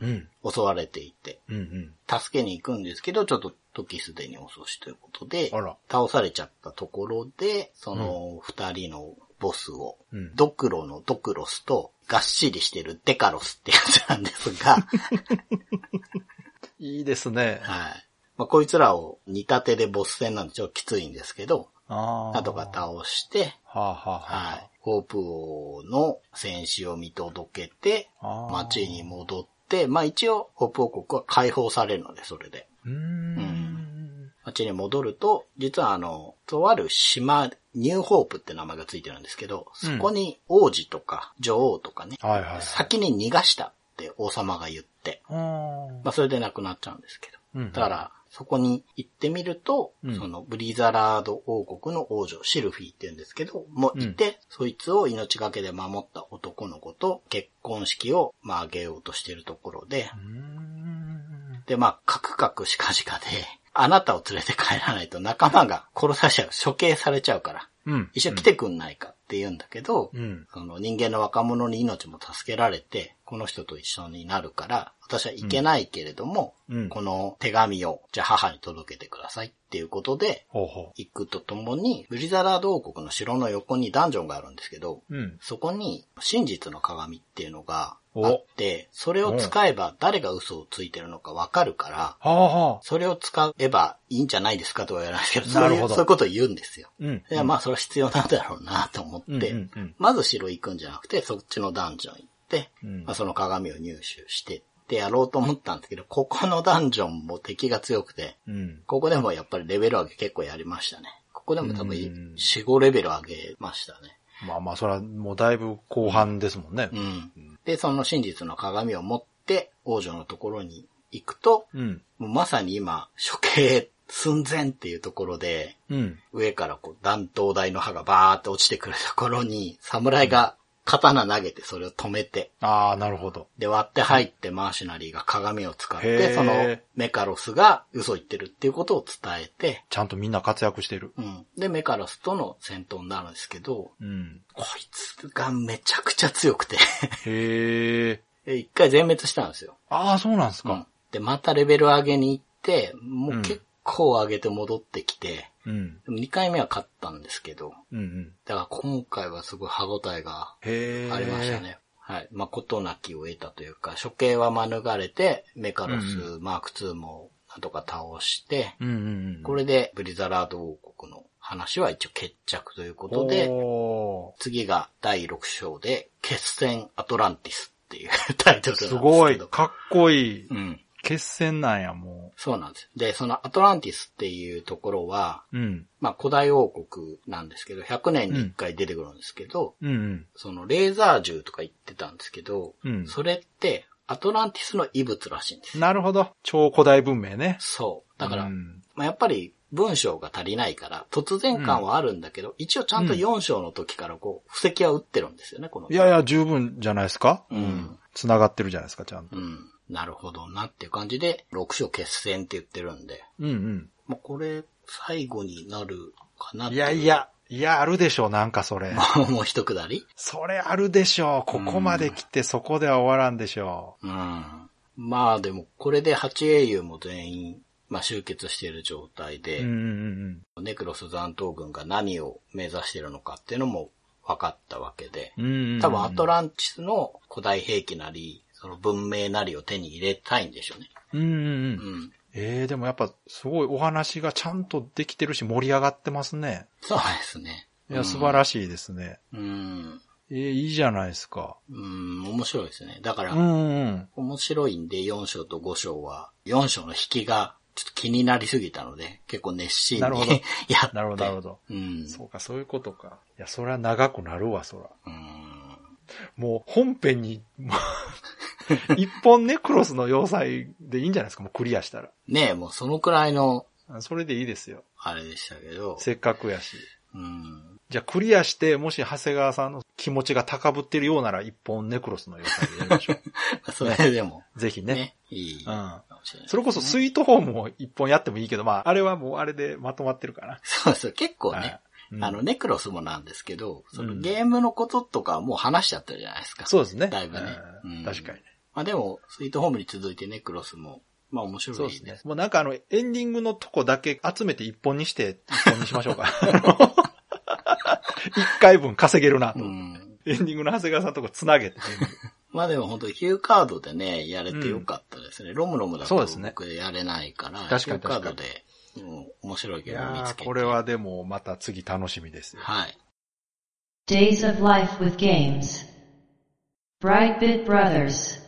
B: うん。
C: 襲われていて、
B: うん。うん。
C: 助けに行くんですけど、ちょっと時すでに遅しということで
B: あら、
C: 倒されちゃったところで、その二人のボスを、
B: うん
C: ドクロのドクロスと、がっしりしてるデカロスってやつなんです が、
B: いいですね。
C: はい。まあ、こいつらを煮立てでボス戦なんでちょっときついんですけど、
B: ああ。
C: なんとか倒して、
B: はあ、はあ、は
C: はい。ホープ王の戦死を見届けて、
B: あー
C: 町に戻って、まあ一応、ホープ王国は解放されるので、それで。
B: うーん。
C: 町に戻ると、実はあの、とある島、ニューホープって名前がついてるんですけど、そこに王子とか女王とかね、
B: はいはい。
C: 先に逃がしたって王様が言って、
B: あー
C: まあそれで亡くなっちゃうんですけど。
B: うん。
C: だから、そこに行ってみると、
B: うん
C: そのブリザラード王国の王女、シルフィーって言うんですけど、もいて、そいつを命がけで守った男の子と結婚式を、まあ、あげようとしてるところで
B: う、ーん。
C: で、まあ、カクカクしかじかで、あなたを連れて帰らないと仲間が殺されちゃう、処刑されちゃうから、
B: うん。
C: 一緒に来てくんないかって言うんだけど、
B: うん。
C: その人間の若者に命も助けられて、この人と一緒になるから、私は行けないけれども、
B: うん。
C: この手紙を、じゃあ母に届けてくださいっていうことで、
B: ほうほ
C: 行くとともに、ブリザラード王国の城の横にダンジョンがあるんですけど、
B: う。うん。
C: そこに真実の鏡っていうのがあって、それを使えば誰が嘘をついてるのかわかるから、
B: はあはあ。
C: それを使えばいいんじゃないですかとは言わないですけど、
B: なるほど
C: そういうそういうことを言うんですよ。
B: うん。
C: いや、まあそれは必要なんだろうなと思って、
B: うんうんうん
C: まず城行くんじゃなくて、そっちのダンジョン行って、
B: うん
C: まあ、その鏡を入手してってやろうと思ったんですけど、ここのダンジョンも敵が強くて、
B: うん。
C: ここでもやっぱりレベル上げ結構やりましたね。ここでも多分
B: うん
C: 4、5レベル上げましたね。
B: まあまあ、それはもうだいぶ後半ですもんね
C: う。ん。で、その真実の鏡を持って王女のところに行くと、
B: うん。
C: もうまさに今、処刑寸前っていうところで、
B: うん。
C: 上からこう弾頭台の刃がバーって落ちてくるところに、侍が刀投げてそれを止めて、
B: ああ、なるほど。
C: で割って入ってマーシナリーが鏡を使っ
B: へー
C: て、そのメカロスが嘘言ってるっていうことを伝えて、
B: ちゃんとみんな活躍してる。
C: うん。で、メカロスとの戦闘になるんですけど、
B: うん。
C: こいつがめちゃくちゃ強くて、
B: へえ。
C: で一回全滅したんですよ。
B: ああ、そうなんすか。
C: で、またレベル上げに行って、もうんう結構上げて戻ってきて、
B: うん。
C: でも2回目は勝ったんですけど、
B: うんうん。
C: だから今回はすごい歯応えが
B: へえ。
C: ありました。ね。はい。まあ、ことなきを得たというか、処刑は免れて、メカロ
B: うん
C: ス、マーク2もなんとか倒して、
B: うんうんうん。
C: これでブリザラード王国の話は一応決着ということで、
B: お
C: 次が第6章で、決戦アトランティスっていうタイトルなんです
B: ー
C: け
B: す
C: ど。
B: ごい、かっこいい。
C: うん。
B: 決戦なんや、も
C: そうなんです。で、そのアトランティスっていうところは、
B: う。うん。
C: まあ古代王国なんですけど、100年に1回出てくるんですけど、
B: うんうん。
C: そのレーザー銃とか言ってたんですけど、
B: うん
C: それってアトランティスの遺物らしいんです。
B: なるほど。超古代文明ね。
C: そう。だから、
B: うん
C: まあ、やっぱり文章が足りないから、突然感はあるんだけど、一応ちゃんと4章の時からこう、布石は打ってるんですよね、この。
B: いやいや、十分じゃないですか
C: うん。
B: 繋がってるじゃないですか、ちゃんと。
C: うん。なるほどなっていう感じで、6章決戦って言ってるんで、
B: うん
C: まあ、これ、最後になるかな
B: う
C: っ
B: ん。
C: て
B: いうやいや、いや、あるでしょう、なんかそれ。
C: もう一くだり
B: それあるでしょう。ここまで来てそこでは終わらんでしょ
C: うん。まあでも、これで8英雄も全員、まあ集結している状態
B: う。
C: で、
B: うんうん
C: ネクロス残党軍が何を目指しているのかっていうのも分かったわけで
B: うん。、うんうん。
C: 多分アトランティスの古代兵器なり、その文明なりを手に入れたいんでしょうね。
B: うんうんう。
C: うんん。
B: ええー、でもやっぱすごいお話がちゃんとできてるし盛り上がってますね。
C: そうですね。
B: いや、素晴らしいですね。
C: うん。
B: ええいいじゃないですか。
C: うん、面白いですね。だか
B: う
C: ら、
B: んうん。
C: 面白いんで4章と5章は、4章の引きがちょっと気になりすぎたので、結構熱心に
B: な
C: や
B: るほ
C: っ
B: ど
C: て。
B: なるほど、なるほど。
C: うん。
B: そうか、そういうことか。いや、そりゃ長くなるわ、そら。
C: うん
B: もう本編に、 もう一本ネクロスの要塞でいいんじゃないですか、もうクリアしたら。
C: ねえ、もうそのくらいの、
B: それでいいですよ。
C: あれでしたけど、
B: せっかくやし。
C: うん。
B: じゃあクリアして、もし長谷川さんの気持ちが高ぶってるようなら一本ネクロスの要塞でやりましょ
C: それでも、
B: う。ぜひね。
C: ね、いい
B: うん
C: かもしれない。
B: それこそスイートホームを一本やってもいいけど、まあ、あれはもうあれでまとまってるかな。
C: そうそう、結構
B: はい
C: ね、
B: うん
C: あの、ネクロスもなんですけど、そうの
B: ん
C: ゲームのこととかはもう話しちゃってるじゃないですか。
B: そうですね。
C: だいぶね
B: うん
C: うん
B: 確かに。
C: まあでも、スイートホームに続いてネクロスも、まあ面白い
B: そう
C: で
B: ですすね
C: ね。。
B: もうなんかあの、エンディングのとこだけ集めて一本にして、一本にしましょう か。一回分稼げるなと。
C: うん。
B: エンディングの長谷川さんとこ繋げて。
C: まあでも本当にヒューカードでね、やれてよかったですね。ロムロムだ
B: そうで
C: と
B: すね
C: 僕やれないから、
B: 確かに
C: ヒューカードで、うん面白い
B: い
C: ゲームを
B: や
C: 見つ
B: ー
C: けて。
B: これ。はでもまた次楽しみですよ。
C: はい。
A: Days of Life with Games. Brightbit Brothers.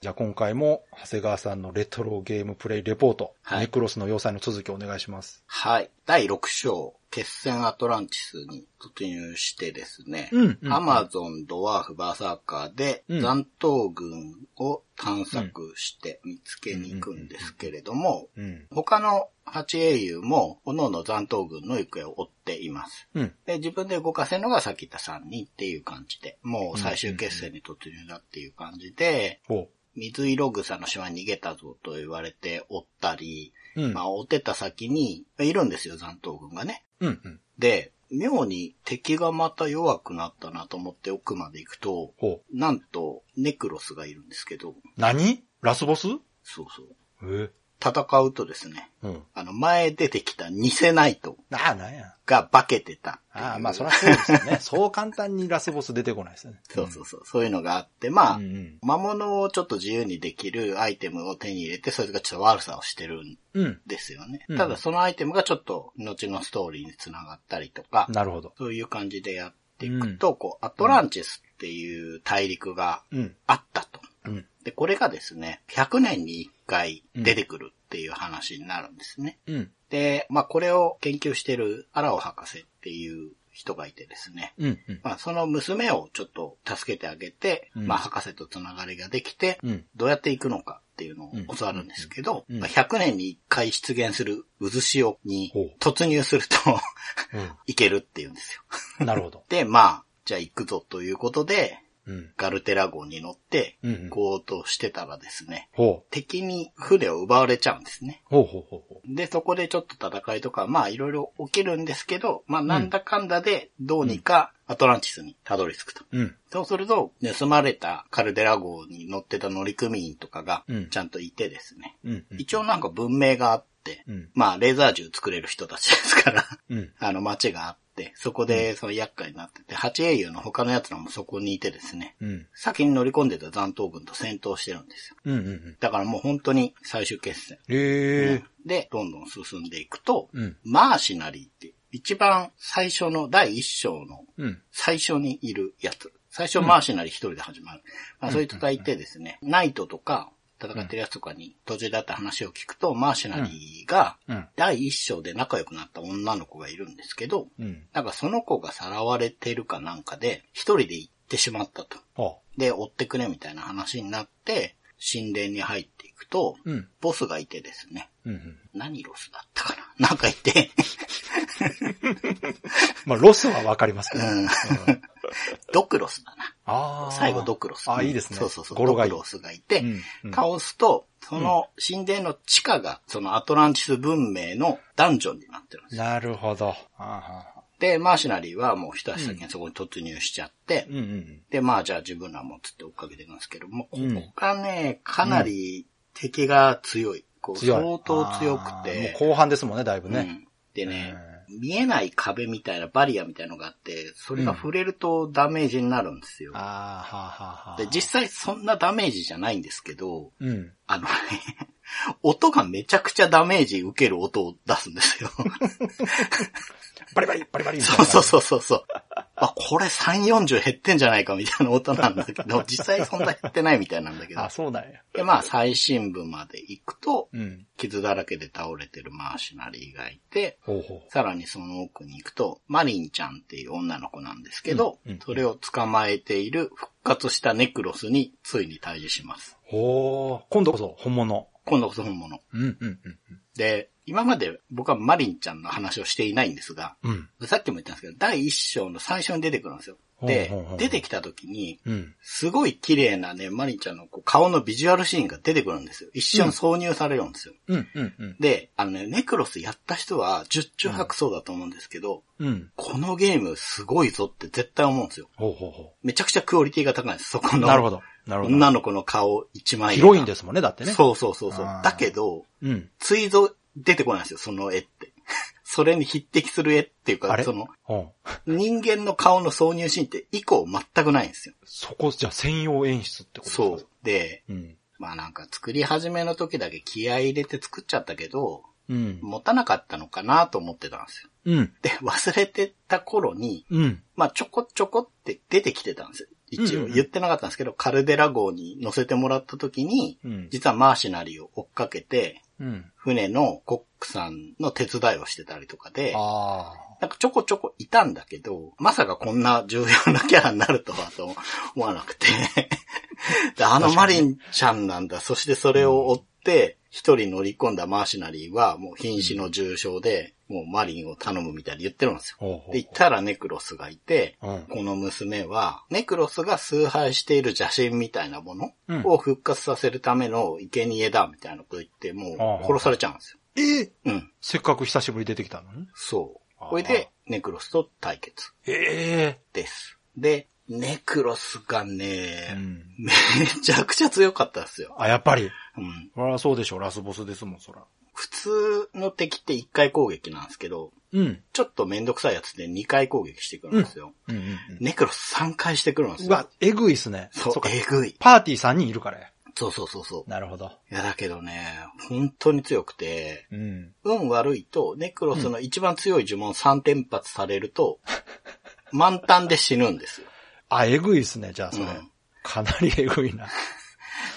B: じゃあ今回も、長谷川さんのレトロゲームプレイレポート、
C: はい
B: ネクロスの要塞の続きお願いします。
C: はい。第6章、決戦アトランティスに突入してですね、
B: うんうん
C: アマゾン、ドワーフ、バーサーカーで
B: うん
C: 残党軍を探索して見つけに行くんですけれども、
B: うん。
C: 他の8英雄も、各々残党軍の行方を追っています。
B: うん。
C: で、自分で動かせるのがさっき言った3人っていう感じで、もう最終決戦に突入だっていう感じで、
B: ほ
C: 水色草の島に逃げたぞと言われて追ったり、
B: う。うん。
C: まあ、追ってた先に、いるんですよ、残党軍がね。
B: うんうん。
C: で、妙に敵がまた弱くなったなと思って奥まで行くと、
B: ほう。
C: なんと、ネクロスがいるんですけど、
B: 何ラスボス
C: そうそう。
B: え
C: 戦うとですね、
B: うん。
C: あの、前出てきた偽ナイト
B: ああ、なんや。
C: が化けてたっていう。
B: ああ、まあ、そりゃそうですよ ね。そう簡単にラスボス出てこないですよね。
C: そうそうそう。そういうのがあって、まあ、
B: うんうん。
C: 魔物をちょっと自由にできるアイテムを手に入れて、それがちょっと悪さをしてるん
B: うん。
C: ですよね。
B: うん
C: ただそのアイテムがちょっと後のストーリーにつながったりとか、
B: なるほど。
C: そういう感じでやっていくと、こう、アトランティスっていう大陸が
B: うん。
C: あったと。
B: うん。
C: で、これがですね、100年に1回出てくるっていう話になるんですね。
B: うん。
C: で、まあこれを研究してるアラオ博士っていう人がいてですね、
B: うん。うん。
C: まあその娘をちょっと助けてあげて、
B: うん
C: まあ博士とつながりができて、
B: うん。
C: どうやって行くのかっっていうのを教わるんですけど、
B: うんうん
C: まあ100年に1回出現する渦潮に
B: ほう
C: 突入すると 行けるっていうんですよ。
B: うん。なるほど。
C: で、まあ、じゃあ行くぞということで、
B: うん。
C: ガルテラ号に乗って
B: うんうん
C: 行こうとしてたらですね、
B: ほ
C: 敵に船を奪われちゃうんですね。
B: う。ほうほうほうほ
C: で、そこでちょっと戦いとか、まあいろいろ起きるんですけど、まあなんだかんだでどうにかアトランティスにたどり着くと。
B: う。うん。
C: そうすると、盗まれたカルデラ号に乗ってた乗組員とかが
B: うん
C: ちゃんといてですね。
B: うん。うん
C: 一応なんか文明があって、
B: うん。
C: まあレーザー銃作れる人たちですから、
B: うん。
C: あの街があって、そこでその厄介になってて、八英雄の他の奴らもそこにいてですね、
B: うん。
C: 先に乗り込んでた残党軍と戦闘してるんですよ。
B: うん。うんうん。
C: だからもう本当に最終決戦。
B: へえ。
C: で、どんどん進んでいくと、
B: うん。
C: マーシナリーって、一番最初の第一章の
B: うん。
C: 最初にいるやつ。最初マーシナリー一人で始まる。まあそういう人がいてですね、ナイトとか戦ってるやつとかに途中だった話を聞くと、マーシナリーが
B: うん。
C: 第一章で仲良くなった女の子がいるんですけど、
B: うん。
C: なんかその子がさらわれてるかなんかで、一人で行ってしまったと。
B: あ。
C: で、追ってくれみたいな話になって、神殿に入っていくと、
B: うん。
C: ボスがいてですね、
B: うんうん。
C: 何ロスだったかな なんかいて、
B: まあ、ロスはわかりますけど。
C: うん
B: うん
C: ドクロスだな。
B: ああ。
C: 最後ドクロス。
B: ああ、いいですね。
C: そうそうそう。
B: 語呂がいい
C: ドク。ロスがいて、
B: うんうん
C: 倒すと、その神殿の地下が、そのアトランティス文明のダンジョンになってるんですよ。
B: なるほど。ああああ
C: で、マーシナリーはもう一足先にそこに突入しちゃって、
B: うんうん
C: で、まあじゃあ自分らもつって追っかけていくんですけども、こ
B: うん
C: こがね、かなり敵が強い。こ
B: うん。
C: う
B: 強い。
C: 相当強く
B: あ
C: て
B: あ、もう後半ですもんね、だいぶ
C: う
B: ね。
C: んでね、見えない壁みたいなバリアみたいのがあって、それが触れるとダメージになるんですよ。
B: ああ、はあはあはあ。
C: で、実際そんなダメージじゃないんですけど、
B: うん。
C: あのね、 音がめちゃくちゃダメージ受ける音を出す んですよ。
B: バリバリ、バリバリみたい
C: そ
B: な。
C: うそうそうそうそう。あ、これ3、40減ってんじゃないかみたいな音なんだけど、実際そんな減ってないみたいなんだけど
B: あ、。そうなんや。
C: で、まあ最深部まで行くと、
B: うん。
C: 傷だらけで倒れてるマーシナリーがいて、
B: ほうほ
C: さらにその奥に行くと、マリンちゃんっていう女の子なんですけど、
B: うんうん
C: それを捕まえている復活したネクロスについに対峙します
B: う。。ほう。今度こそ本物。
C: 今度こそ本物。
B: うんうんうん
C: で、今まで僕はマリンちゃんの話をしていないんですが、
B: うん。うん。
C: さっきも言ったんですけど、第一章の最初に出てくるんですよ。で
B: ほうほうほう、
C: 出てきた時に、
B: うん。
C: すごい綺麗なね、マリンちゃんのこう顔のビジュアルシーンが出てくるんですよ。一瞬挿入されるんですよ。
B: うんうんうん。
C: で、あのね、ネクロスやった人は十中八そうだと思うんですけど、
B: うん。
C: このゲームすごいぞって絶対思うんですよ。
B: ほうほうほ
C: めちゃくちゃクオリティが高いんです。そこ
B: う。
C: の
B: なるほど。なるほど。
C: 女の子の顔一枚絵が
B: 広いんですもんね、だってね。
C: そうそうそうそう
B: あ。ー
C: だけど、
B: う。うん。
C: 追像出てこないんですよ、その絵って。 それに匹敵する絵っていう
B: あ
C: か、
B: れ
C: その、
B: うん。
C: 人間の顔の挿入シーンって以降全くないんですよ。
B: そこ、じゃあ専用演出ってことですか
C: そう。。で、
B: うん。
C: まあなんか作り始めの時だけ気合い入れて作っちゃったけど、
B: うん。
C: 持たなかったのかなと思ってたんですよ。
B: うん。
C: で、 忘れてた頃に、
B: うん。
C: まあちょこちょこって出てきてたんですよ。一
B: うん
C: 応
B: うんうん
C: 言ってなかったんですけど、カルデラ号に乗せてもらった時に、
B: うん。
C: 実はマーシナリーを追っかけて、
B: うん。
C: 船のコックさんの手伝いをしてたりとかで、
B: あ
C: なんかちょこちょこいたんだけど、まさかこんな重要なキャラになるとはと思わな くて。であのマリンちゃんなんだ。そしてそれを追って、一人乗り込んだマーシナリーはもう瀕死の重傷で、もうマリンを頼むみたいに言ってるんですよ
B: あ。。ほうほう
C: で、行ったらネクロスがいて、
B: うん。
C: この娘は、ネクロスが崇拝している邪神みたいなもの
B: うん
C: を復活させるための生贄だみたいなこと言って、もう殺されちゃうんですよ。
B: え
C: うん。
B: せっかく久しぶりに出てきたのに
C: そう。
B: あー
C: これで、ネクロスと対決
B: え
C: です。で、ネクロスがね
B: え、うん。
C: めちゃくちゃ強かったんですよ。
B: あ、やっぱり。
C: うん。
B: そらそうでしょ、ラスボスですもん、そら。
C: 普通の敵って1回攻撃なんですけど、
B: うん。
C: ちょっとめんどくさいやつで2回攻撃してくるんですよ。
B: うんうんうん。
C: ネクロス3回してくるんです
B: う
C: よ。
B: わ、えぐいっすね。
C: そう
B: っか、
C: えぐい。
B: パーティー3人いるからや。
C: そうそうそうそう。
B: なるほど。
C: いや、だけどね、本当に強くて、
B: うん。
C: 運悪いと、ネクロスの一番強い呪文3連発されると、満タンで死ぬんですよ。
B: あ、えぐいっすね、じゃ あ、それ。
C: うん
B: かなりえぐいな。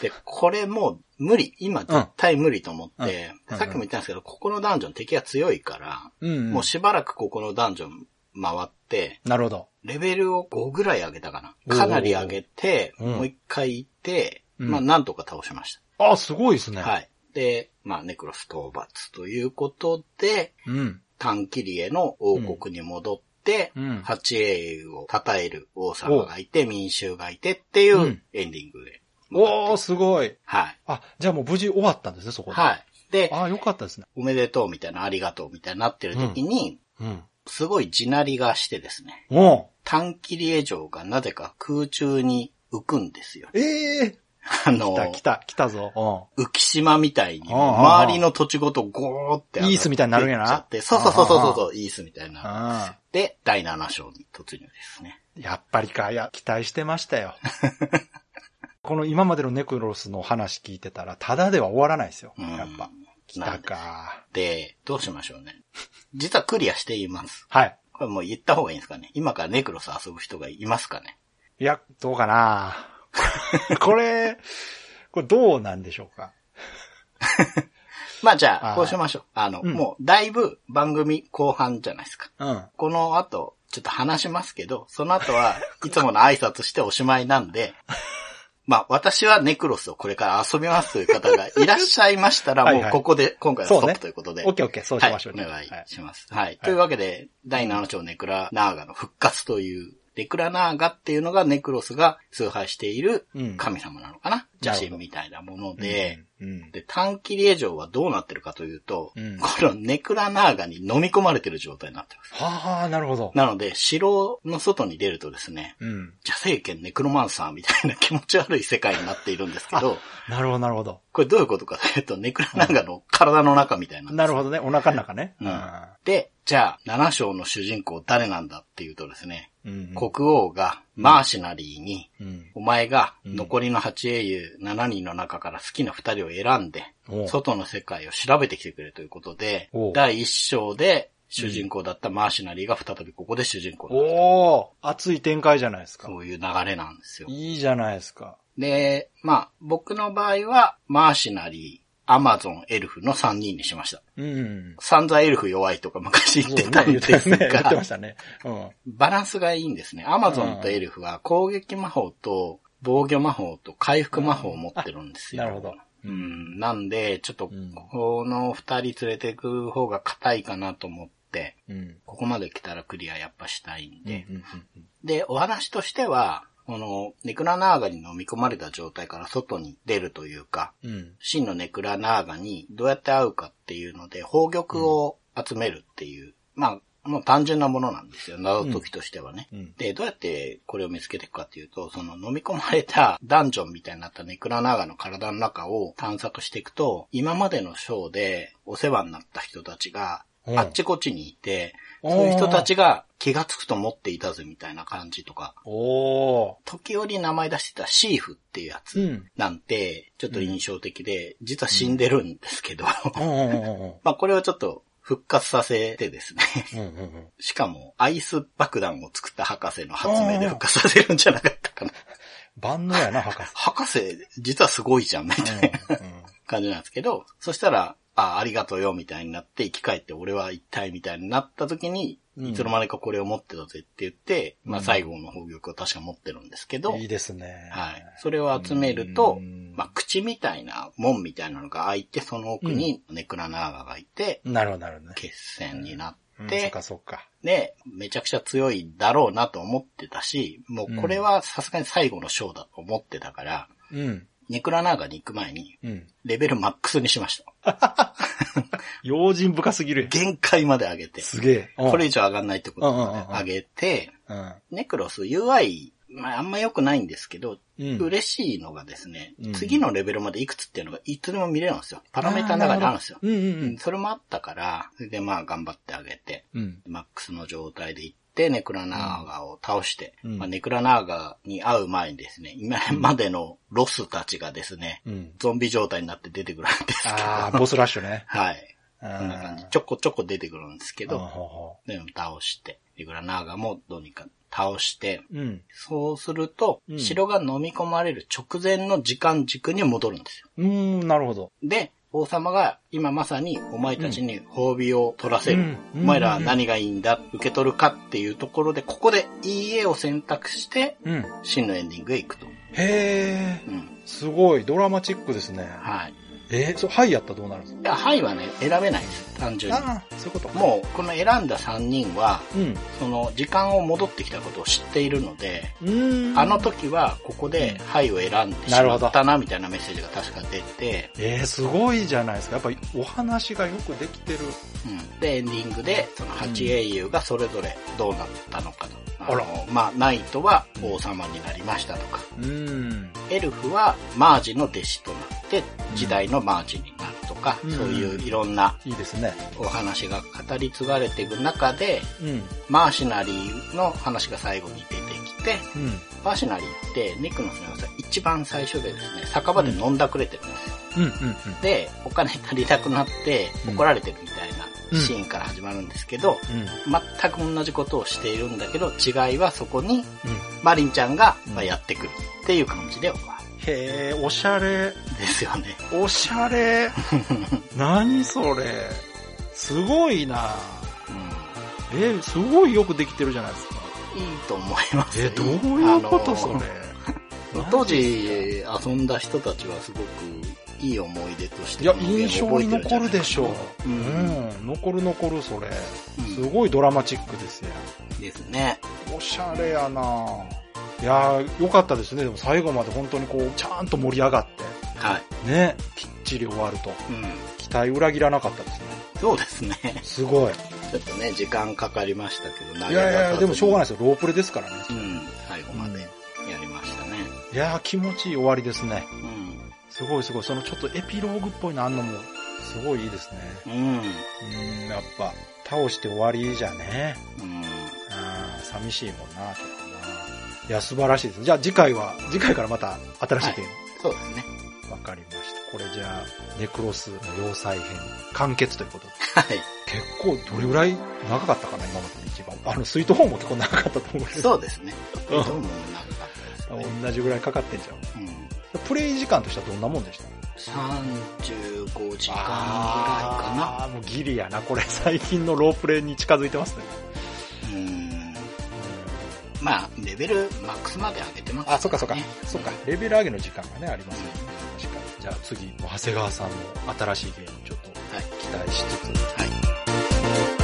C: で、これもう無理、今絶対無理と思って、
B: うん
C: さっきも言ったんですけど、ここのダンジョン敵が強いから、
B: うん、うん。
C: もうしばらくここのダンジョン回って、
B: なるほど。
C: レベルを5ぐらい上げたか
B: お
C: な。
B: ー
C: かなり上げて、
B: うん
C: もう一回行って、
B: うん
C: まあなんとか倒しました。
B: あ、すごいですね。
C: はい。で、まあ、ネクロス討伐ということで、
B: うん。
C: 短期リエの王国に戻って、
B: うん。
C: 八英雄を称える王様がいて、民衆がいてっていううんエンディングで。
B: おー、すごい。
C: はい。
B: あ、じゃあもう無事終わったんですね、そこで。
C: はい。で、
B: あー、よかったですね。
C: おめでとうみたいな、ありがとうみたいになってる時に、
B: うん。
C: すごい地鳴りがしてですね、
B: おう
C: 短期リエ城がなぜか空中に浮くんですよ。
B: ええ
C: あ
B: ー。来
C: の、
B: た、来た、来たぞ。
C: 浮島みたいに、
B: ああ
C: 周りの土地ごとゴーって上がって
B: イースみたいになるんやな
C: っちゃってそうそうそうそうそう、イースみたい
B: うん。
C: な。
B: あ
C: で、第7章に突入ですね。
B: ーやっぱりか、いや、期待してましたよ。 この今までのネクロスの話聞いてたら、ただでは終わらないですよ。
C: うん
B: やっぱ。来
C: な
B: た
C: んで
B: か。
C: で、どうしましょうね。実はクリアしています。
B: はい。
C: これもう言った方がいいんですかね。今からネクロス遊ぶ人がいますかね。
B: いや、どうかな これ、これどうなんでしょうか
C: まあじゃ
B: あ
C: あ、
B: あ
C: こうしましょう。あの、
B: うん
C: もうだいぶ番組後半じゃないですか。
B: うん。
C: この後、ちょっと話しますけど、その 後はいつもの挨拶しておしまいなんで、まあ私はネクロスをこれから遊びますという方がいらっしゃいましたら、
B: はいはい
C: もうここで今回はスト
B: そうね
C: ップということで。
B: オッケーオッケー、そうしましょう、
C: はい、お願いします。はい。
B: い
C: というわけで、第7章ネクラナーガの復活という、ネクラナーガっていうのがネクロスが崇拝している
B: うん
C: 神様なのかな、
B: なるほど
C: 邪神みたいなもので、
B: うんうん
C: で、短期令城はどうなってるかというと、
B: うん
C: このネクラナーガに飲み込まれてる状態になってます。
B: はあ、なるほど。
C: なので、城の外に出るとですね、
B: うん。
C: 邪聖剣ネクロマンサーみたいな気持ち悪い世界になっているんですけど、
B: なるほど、なるほど。
C: これどういうことかというと、ネクラナーガの体の中みたいな。
B: なるほどね、お腹の中ね。
C: うんで、じゃあ、7章の主人公誰なんだっていうとですね、
B: うん。
C: 国王がマーシナリーに、
B: うん。
C: お前が残りの8英雄7人の中から好きな2人を選んで、
B: おう
C: 外の世界を調べてきてくれということで
B: おう、
C: 第1章で主人公だったマーシナリーが再びここで主人公になる。
B: おー熱い展開じゃないですか。
C: そういう流れなんですよ。
B: いいじゃないですか。
C: で、まあ、僕の場合は、マーシナリー、アマゾン、エルフの3人にしました。
B: うん。
C: 散々エルフ弱いとか昔
B: そ
C: 言っ
B: う
C: てたん
B: ね
C: です
B: 言
C: が、
B: ってね言ってましたね。うん。
C: バランスがいいんですね。アマゾンとエルフは攻撃魔法と防御魔法と回復魔法を持ってるんですよ。
B: なるほど。
C: うん。なんで、ちょっと
B: うん、
C: この二人連れていく方が硬いかなと思って、
B: うん。
C: ここまで来たらクリアやっぱしたいん
B: うんう
C: で。
B: ん
C: で、お話としては、この、ネクラナーガに飲み込まれた状態から外に出るというか、
B: うん。うん。
C: 真のネクラナーガにどうやって会うかっていうので、宝玉を集めるっていう、まあ、もう単純なものなんですよ。謎解きとしてはね。
B: うん
C: で、どうやってこれを見つけていくかっていうと、その飲み込まれたダンジョンみたいになったネクラナーガの体の中を探索していくと、今までのショーでお世話になった人たちが、
B: うん
C: あっちこっちにいて、
B: うん
C: そういう人たちが気がつくと思っていたぜみたいな感じとか、
B: おー
C: 時折名前出してたシーフっていうやつ。
B: うん。
C: なんて、ちょっと印象的で、実は死んでるんですけど、
B: うんうんうん
C: まあこれをちょっと復活させてですね、
B: うん。うんうんうん。
C: しかもアイス爆弾を作った博士の発明で復活させるんじゃなかったかな。
B: 万能やな、博士。
C: 博士、実はすごいじゃん、みたいな
B: うんうん
C: 感じなんですけど、そしたら、あ、ありがとうよ、みたいになって、生き返って俺は一体みたいになった時に、
B: うん
C: いつの間にかこれを持ってたぜって言って、まあ
B: うん
C: 最後の宝玉を確か持ってるんですけど、
B: いいですね。
C: はい。それを集めると
B: うん、
C: まあ、口みたいな、門みたいなのが開いて、その奥にネクラナーガがいて、
B: なるほど、なるほどね。
C: 決戦にな
B: う
C: っ、
B: んそってかそっか。
C: で、めちゃくちゃ強いだろうなと思ってたし、もうこれはさすがに最後の章だと思ってたから、
B: うん。
C: ネクラナーガに行く前に、
B: うん。
C: レベルマックスにしました。
B: 用心深すぎるやん。
C: 限界まで上げて。
B: すげえ。うん
C: これ以上上がんないってことなの
B: うんうんうんうん
C: で、上げて、
B: うん。
C: ネクロス UI、まあ、あんま良くないんですけど、
B: うん
C: 嬉しいのがですね、
B: うん
C: 次のレベルまでいくつっていうのがいつでも見れるんですよ。パラメータの中にあるんですよ。
B: うんうん
C: うんそれもあったから、それでまあ頑張ってあげて、
B: うん。うん。
C: マックスの状態で行って、ネクラナーガを倒して、
B: うん
C: まあ、ネクラナーガに会う前にですね、今までのロスたちがですね、
B: うん。
C: ゾンビ状態になって出てくるんですけど、
B: ああ、ボスラッシュね。
C: はい。
B: うん。
C: こんな感じ。ちょこちょこ出てくるんですけ
B: うん
C: ど、
B: ほうほ
C: でも倒して、ネクラナーガもどうにか倒して、
B: ううん。
C: そうすると、
B: うん
C: 城が飲み込まれる直前の時間軸に戻るんですよ。
B: うーん、なるほど。
C: で、王様が今まさにお前たちに褒美を取らせ
B: う
C: る。
B: ん
C: お前らは何がいいんだ、受け取るかっていうところで、ここでいい絵を選択して、
B: うん。
C: 真のエンディングへ行くと。
B: へえ、
C: うん。
B: すごい、ドラマチックですね。
C: はい。い
B: えー、そう、はいやったらどうなるんです
C: や、はいはね、選べないです。単純に。
B: かああ、そういうこと。
C: もう、この選んだ3人は、
B: う。うん。
C: その、時間を戻ってきたことを知っているので、
B: うーん。
C: あの時は、ここで、はいを選んでし
B: なる
C: ま
B: ほど
C: ったな、みたいなメッセージが確か出て、
B: えー、すごいじゃないですか。やっぱりお話がよくできてる。
C: うん。で、エンディングで、その8英雄がそれぞれどうなったのかと。
B: あら
C: のまあ、ナイトは王様になりましたとか、
B: うーん。
C: エルフはマージの弟子となって、時代のマージになるとか、
B: うん
C: そういういろんない
B: いですね。
C: お話が語り継がれていく中で、
B: うん。
C: マーシナリーの話が最後に出てきて、
B: うん。
C: マーシナリーってニックの船さん一番最初でですね、酒場で飲んだくれてるんですよ。
B: うんうん
C: で、お金足りなくなって
B: うん
C: 怒られてるみたい
B: うん
C: なシーンから始まるんですけど、
B: うん。うん。
C: 全く同じことをしているんだけど、違いはそこに
B: うん。
C: マリンちゃんが
B: うん
C: まあやってくるっていう感じで終わ
B: へえ、おしゃれ。
C: るんですよね。
B: おしゃ れ。何それ。すごいな
C: うん
B: えー、すごいよくできてるじゃないですか。
C: いいと思います
B: え
C: よ
B: ー、どういうこ
C: あ
B: と
C: の
B: それ。
C: 当時遊んだ人たちはすごくいい思い出として
B: いや、
C: このゲーム
B: 印象に
C: 覚えて
B: 残る
C: じゃないかな
B: でしょう。
C: うん
B: うん、残る残る、それ。
C: うん
B: すごいドラマチックですね。
C: ですね。
B: おしゃれやないやー、よかったですね。でも最後まで本当にこう、ちゃんと盛り上がっ
C: はい。
B: て、ね、きっちり終わると。
C: うん。
B: 期待裏切らなかったですね。
C: そうですね。
B: すごい。
C: ちょっとね、時間かかりましたけど、投げ
B: いやいやいや、でもしょうが
C: な
B: ないですよ。ロープレですからね。
C: い。うん。最後までやりましたね。
B: いやー、気持ちいい終わりですね。
C: うん。
B: すごいすごい。そのちょっとエピローグっぽいのあんのも、すごいいいですね。
C: うん。
B: うん、やっぱ、倒して終わりじゃね。
C: うん。
B: あー寂しいもんな、ちょっとな。いや、素晴らしいです。じゃあ次回は、次回からまた新しいゲーム。
C: そうですね。
B: わかりました。これじゃあ、ネクロスの要塞編、完結ということで。
C: はい。
B: 結構、どれぐらい長かったかな、今までで一番。あの、スイートホームも結構長かったと思うんですけど。
C: そうですね。どうもなかったですね。
B: 同じぐらいかかってんじゃん。
C: うん。
B: プレイ時間としてはどんなもんでした
C: 35時間ぐらいかな。
B: あーもうギリやな。これ最近のロープレイに近づいてますね。
C: うん。まあ、レベルマックスまで上げてます、
B: あ、そっかそっか
C: ね。
B: そっか。レベル上げの時間がね、ありますね。確かに。じゃあ次、もう長谷川さんの新しいゲームちょっと
C: はい。
B: 期待しつつ。
C: はい。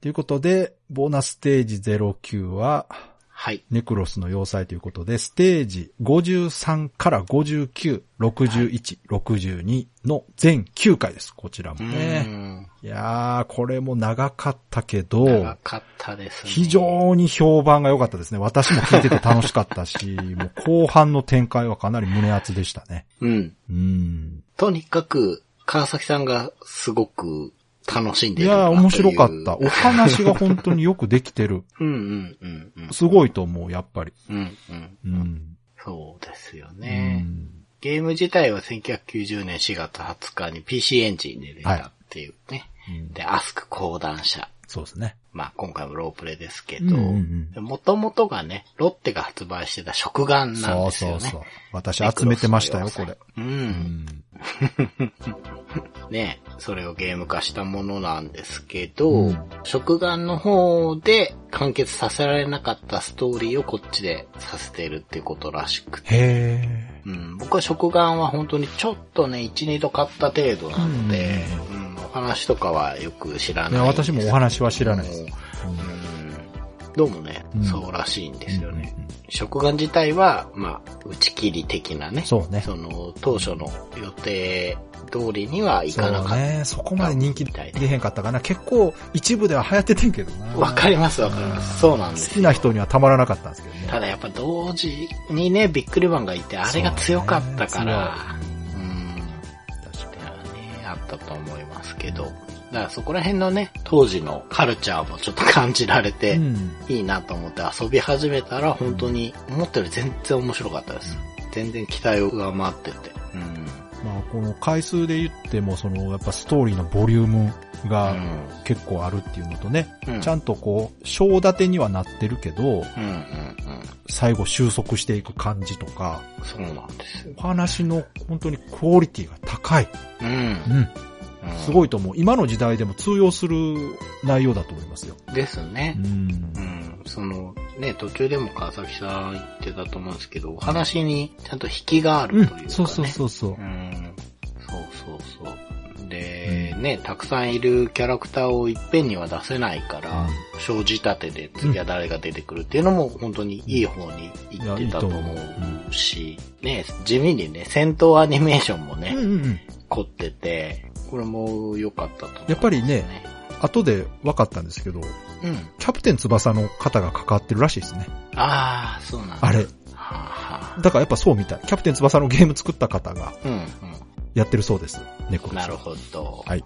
B: ということで、ボーナスステージ09は、
C: はい。
B: ネクロスの要塞ということで、ステージ53から59、61、62の全9回です。こちらもね。
C: ん。
B: いやー、これも長かったけど、
C: 長かったですね。
B: 非常に評判が良かったですね。私も聞いてて楽しかったし、もう後半の展開はかなり胸熱でしたね。
C: うん。
B: うん。
C: とにかく、川崎さんがすごく楽しん
B: い
C: でいるな
B: やー、
C: という。
B: 面白かった。お話が本当によくできてる。
C: うんうんうんうん。
B: すごいと思う、やっぱり。
C: うんうん。
B: うん。
C: そうですよ
B: う
C: ね。
B: ん
C: ゲーム自体は1990年4月20日に PC エンジンで出たっていう
B: う
C: ね。
B: ん
C: で、アスク講談社。
B: そうですね。
C: まあ今回もロープレイですけ
B: うんう
C: ど、
B: ん
C: もともとがね、ロッテが発売してた食
B: う
C: 玩
B: ん。
C: な
B: そう
C: んですよ
B: そ
C: ね。
B: うそう。私集めてましたよ、これ。
C: う。
B: うんん。
C: ね、それをゲーム化したものなんですけど、
B: うん
C: 食玩の方で完結させられなかったストーリーをこっちでさせてるっていうことらしくて、
B: へ
C: うん、僕は食玩は本当にちょっとね、1、2度買った程度なので、うんお話とかはよく知
B: ー。
C: らない
B: いや、私もお話は知らないです
C: うん。どうもね、
B: うん
C: そうらしいんですよね。
B: うんうん
C: 食玩自体は、まあ、打ち切り的なね、
B: そうね。
C: その、当初の予定通りにはい
B: そ
C: かな
B: う
C: かっ
B: ね。そこまで人気出へんかったかな。結構一部では流行っててんけどな。
C: た。わかりますわかります。そうなんで
B: 好
C: す
B: きな人にはたまらなかったんですけどね。
C: ただやっぱ同時にね、ビックリマンがいて、あれが強かったから、う
B: そ
C: ん、
B: うね
C: だよね、あったと思いますけど。だからそこら辺のね、当時のカルチャーもちょっと感じられ
B: 強い
C: て、
B: うんうん
C: いいなと思って遊び始めたら、本当に思ったより全然面白かったです。全然期待を上回ってて。うん。
B: まあ、この回数で言っても、その、やっぱストーリーのボリュームが結構あるっていうのとね、
C: うん。
B: ちゃんとこう、章立てにはなってるけど、
C: うんうんうん。
B: 最後収束していく感じとか、
C: そうなんですよ。
B: お話の本当にクオリティが高い。
C: うん
B: う。ん。
C: うん
B: すごいと思う。今の時代でも通用する内容だと思いますよ。
C: ですね
B: う。ん
C: う。ん。その、ね、途中でも川崎さん言ってたと思うんですけど、お話にちゃんと引きがあ
B: う
C: るというか、ね
B: ん、そうそうそうそう
C: う。ん。そうそうそう。で、ね、たくさんいるキャラクターをいっぺんには出せないから、生じたてで次は誰が出てくるっていうのも本当にいい方に行ってたと思うし、ね、地味にね、戦闘アニメーションもね
B: う、んうんうん。
C: 凝ってて、これも良かったと思う、
B: やっぱりね、後で分かったんですけど、
C: うん。
B: キャプテン翼の方が関わってるらしいですね。
C: ああ、そうなんだ。
B: あれ。
C: はあはあ
B: だからやっぱそうみたい。キャプテン翼のゲーム作った方が
C: うん、
B: やってるそうです。猫
C: うん。なるほど。
B: はい。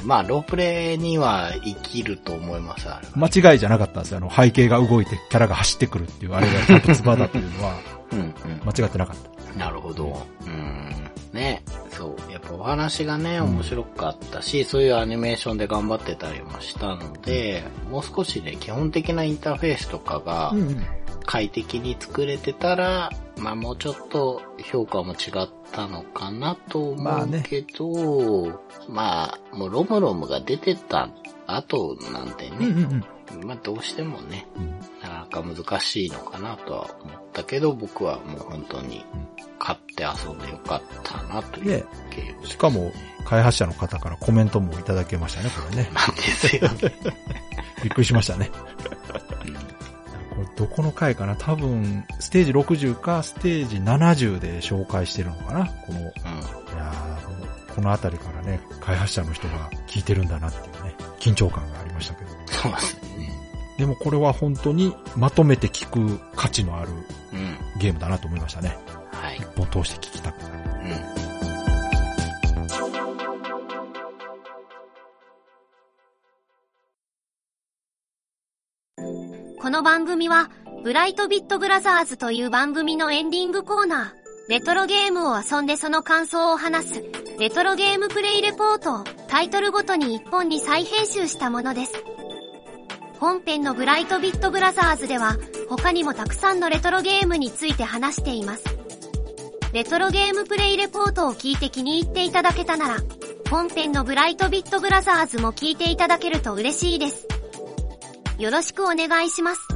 C: うんまあ、ロープレイには生きると思います、あれは。
B: 間違いじゃなかったんですよ。あの、背景が動いてキャラが走ってくるっていう、あれがちゃんとツバだというのは、
C: うん、うん。
B: 間違ってなかった。
C: なるほど。うん。ね。そう。やっぱお話がね、面白かったし、そういうアニメーションで頑張ってたりもしたので、もう少しね、基本的なインターフェースとかが
B: うんうん。
C: 快適に作れてたら、まあもうちょっと評価も違ったのかなと
B: ま
C: 思
B: あ
C: う
B: ね
C: けど、まあ、もうロムロムが出てた後なんてね、
B: うんうんうん。
C: まあどうしてもね、
B: うん
C: なかなか難しいのかなとは思ったけど、僕はもう本当に買って遊んでよかったなという
B: ね
C: ゲーム
B: しかも、開発者の方からコメントもいただけましたね、これね。
C: なんですよね。
B: びっくりしましたね。これどこの回かな多分、ステージ60かステージ70で紹介してるのかなこの、いやーもうこのあたりからね、開発者の人が聞いてるんだなっていうね、緊張感がありましたけど。
C: そうですね。
B: でもこれは本当にまとめて聞く価値のある
C: うん。
B: ゲームだなと思いましたね。
C: はい
B: 一。本通して聞きたくなる。
C: うん。
D: この番組は、ブライトビットブラザーズという番組のエンディングコーナー、レトロゲームを遊んでその感想を話す、レトロゲームプレイレポートをタイトルごとに1本に再編集したものです。本編のブライトビットブラザーズでは、他にもたくさんのレトロゲームについて話しています。レトロゲームプレイレポートを聞いて気に入っていただけたなら、本編のブライトビットブラザーズも聞いていただけると嬉しいです。よろしくお願いします。